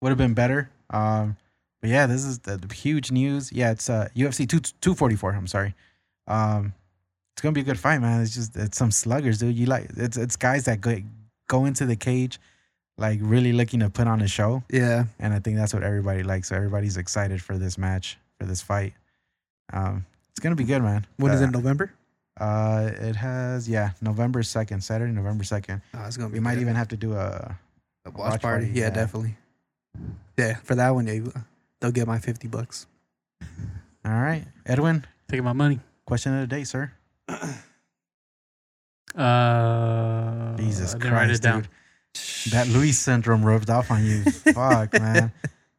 B: would have been better. Um, but yeah, this is the, the huge news. Yeah, it's uh, UFC two two forty four. I'm sorry. Um, it's gonna be a good fight, man. It's just it's some sluggers, dude. You like it's it's guys that go, go into the cage like really looking to put on a show,
C: Yeah.
B: and I think that's what everybody likes. So everybody's excited for this match for this fight. Um, it's gonna be good, man.
C: When is
B: Uh,
C: it? November?
B: Uh, it has yeah, November second, Saturday, November second.
C: Oh, it's gonna be.
B: We uh, might
C: good.
B: even have to do a
C: A watch, party.
B: watch party,
C: Yeah,
B: yeah.
C: definitely. Yeah, for that one, yeah, you- they'll get my fifty bucks.
B: All right, Edwin.
D: Taking my money.
B: Question of the day, sir.
D: Uh,
B: Jesus
D: I didn't
B: Christ,
D: write it down.
B: dude. That Luis syndrome rubbed off on you. Fuck, man.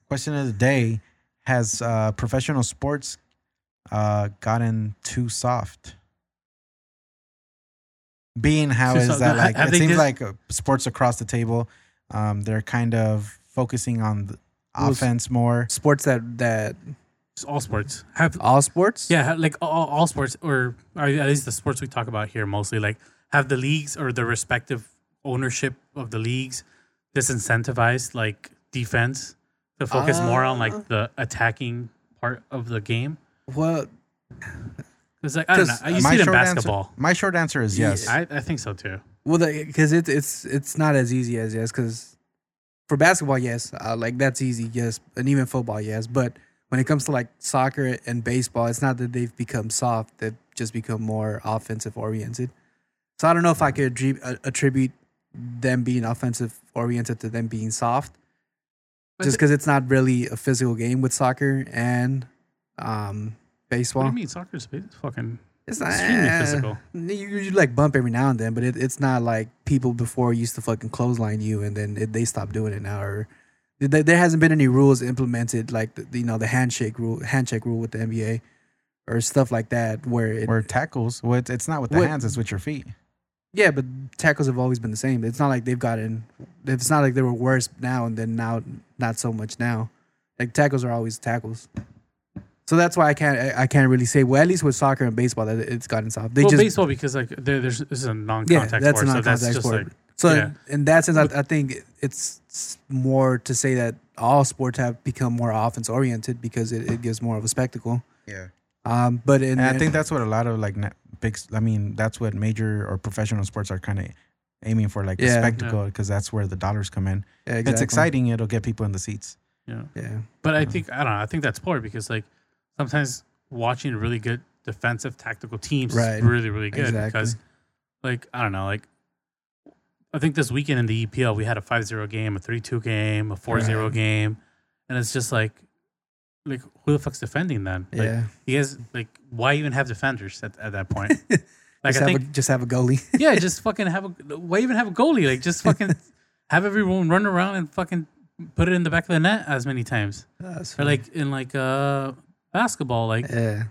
B: Question of the day: Has uh, professional sports uh, gotten too soft? Being how
D: Too
B: is
D: soft.
B: that
D: No,
B: like?
D: have
B: It
D: they
B: seems
D: dis-
B: like uh, sports across the table, um, they're kind of focusing on the
C: Well, s-
B: offense more.
C: Sports that that
D: It's all sports. Have
C: all sports.
D: yeah, ha- like all, all sports, or, or at least the sports we talk about here mostly. Like have the leagues or the respective ownership of the leagues disincentivized like defense to focus more on like the
C: Ah.
D: attacking part of the game.
C: Well,
D: It's like I don't know.
C: 'Cause
D: You see it in
B: short answer-
D: basketball.
B: my short answer is yes.
D: I, I think so too.
C: well, because it's it's it's not as easy as yes. Because for basketball, yes, uh, like that's easy, yes, and even football, yes. But when it comes to like soccer and baseball, it's not that they've become soft; they've just become more offensive oriented. So I don't know if I could attrib- a- attribute them being offensive oriented to them being soft,
D: But
C: just
D: th-
C: because it's not really a physical game with soccer and
D: What
C: um,
D: do
C: baseball.
D: you mean soccer's bas- fucking
C: It's not
D: extremely
C: eh,
D: physical?
C: You, you like bump every now and then, but it, it's not like people before used to fucking clothesline you and then it, they stopped doing it now. Or there, there hasn't been any rules implemented like the, you know the handshake rule, handshake rule with the NBA, or stuff like that where it
B: Where tackles, well, it's, it's not with the
C: What-
B: hands, it's with your feet.
C: yeah, but tackles have always been the same. It's not like they've gotten. It's not like they were worse now and then now not so much now. Like tackles are always tackles. So that's why I can't I, I can't really say. Well, at least with soccer and baseball, that it's gotten soft. They
D: well,
C: just
D: baseball because like there, there's this is a
C: yeah,
D: non-contact
C: that's
D: sport,
C: not
D: so that's
C: contact
D: just
C: sport.
D: like
C: so
D: yeah.
C: in, in that sense, I, I think it's s- more to say that all sports have become more offense oriented because it, it gives more of a spectacle.
B: Yeah.
C: Um, but in,
B: And, I think that's what a lot of like na- big, I mean, that's what major or professional sports are kind of aiming for, like the
C: Yeah.
B: spectacle, because that's where the dollars come in.
C: yeah,
B: If It's
C: exactly.
B: exciting, it'll get people in the seats.
D: yeah.
C: Yeah.
D: But I
B: Yeah.
D: think I don't know. I think that's part because like sometimes watching really good defensive tactical teams
C: Right.
D: is really really good
C: Exactly.
D: because like I don't know like I think this weekend in the EPL we had a 5-0 game, a 3-2 game, a 4-0
C: Right.
D: game and it's just like like who the fuck's defending then? Like
C: Yeah.
D: you guys like why even have defenders at, at that point? like I
C: just, have
D: think
C: a, just have a goalie.
D: yeah, just fucking have a why even have a goalie? Like just fucking have everyone run around and fucking put it in the back of the net as many times
C: That's
D: or like in like uh basketball like
C: yeah.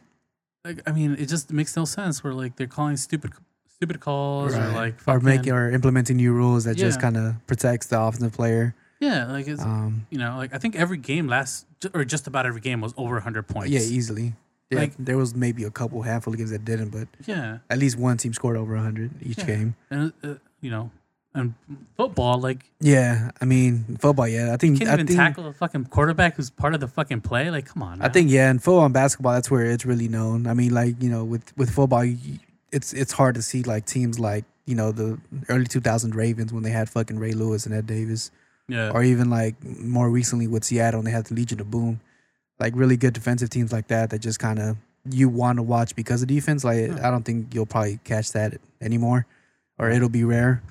D: like i mean it just makes no sense where like they're calling stupid stupid calls or
C: Right.
D: like
C: or
D: fucking,
C: making or implementing new rules that just
D: Yeah.
C: kind of protects the offensive player.
D: yeah like it's
C: Um,
D: you know like i think every game last or just about every game was over 100 points
C: yeah, easily. Yeah,
D: Like-
C: there was maybe a couple handful of games that didn't, but
D: yeah
C: at least one team scored over hundred each
D: Yeah.
C: game.
D: and uh, you know and football like
C: Yeah, I mean football. Yeah, I think
D: you can't
C: Mm, I
D: even
C: think,
D: tackle a fucking quarterback who's part of the fucking play like come on
C: I
D: now.
C: think yeah, and football and basketball. That's where it's really known. I mean, like you know, with with football, you, it's it's hard to see like teams like you know the early two thousand Ravens when they had fucking Ray Lewis and Ed Davis.
D: yeah
C: or even like more recently with Seattle, and they had the Legion of Boom, like really good defensive teams like that that just kind of you want to watch because of defense. Like I don't think you'll probably catch that anymore, or it'll be rare.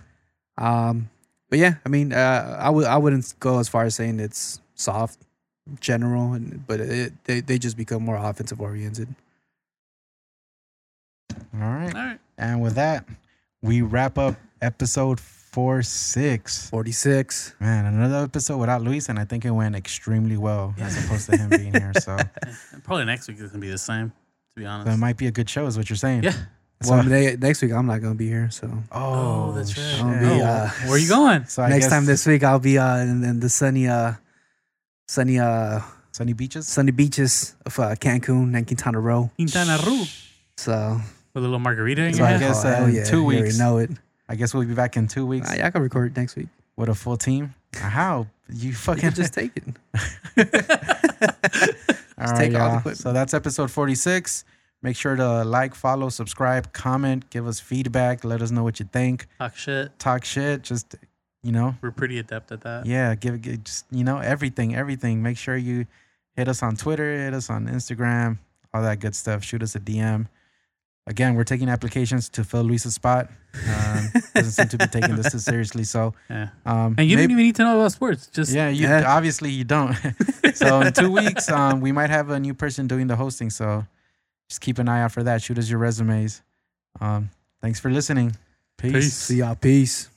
C: Um, but yeah, I mean, uh, I would I wouldn't go as far as saying it's soft general, and, but it, they they just become more offensive oriented.
B: All right.
D: all right
B: And with that, we wrap up episode four six.
C: Forty six.
B: Man, another episode without Luis, and I think it went extremely well as opposed to him being here. So,
D: And probably next week is gonna be the same to be
B: so it
D: honest
B: might be a good show, is what you're saying.
D: yeah
C: So
B: Well-
C: ne- next week I'm not gonna be here. So
B: Oh,
D: that's right
B: shit.
C: I'll be, uh,
D: where are you going
B: So I
C: next
B: guess
C: time this week I'll be uh, in, in the sunny uh, sunny uh,
B: sunny beaches.
C: sunny beaches of uh, Cancun and Quintana Roo.
D: quintana roo with
C: So, oh,
D: a little margarita in
B: So
D: your
B: I
D: hand.
B: guess, uh, in two
C: you already
B: weeks.
C: know it.
B: I guess we'll be back in two weeks
C: I, I can record it next week.
B: with a full team. How you
C: You
B: fucking
C: can just take it.
B: All right,
C: take all the
B: y'all.
C: equipment.
B: So that's episode 46. Make sure to like, follow, subscribe, comment, give us feedback. Let us know what you think.
D: Talk shit.
B: Talk shit. Just, you know,
D: We're pretty adept at that.
B: yeah, give it, just, you know, everything, everything. Make sure you hit us on Twitter, hit us on Instagram, all that good stuff. Shoot us a DM. Again, we're taking applications to fill Luis's spot. Um, doesn't seem to be taking this too seriously. So,
D: Yeah.
B: um,
D: And you
B: maybe-
D: didn't even need to know about sports. Just
B: yeah, you
C: Yeah.
B: obviously you don't. so in two weeks, um, we might have a new person doing the hosting. So just keep an eye out for that. Shoot us your resumes. Um, thanks for listening.
D: Peace.
C: See y'all. Peace.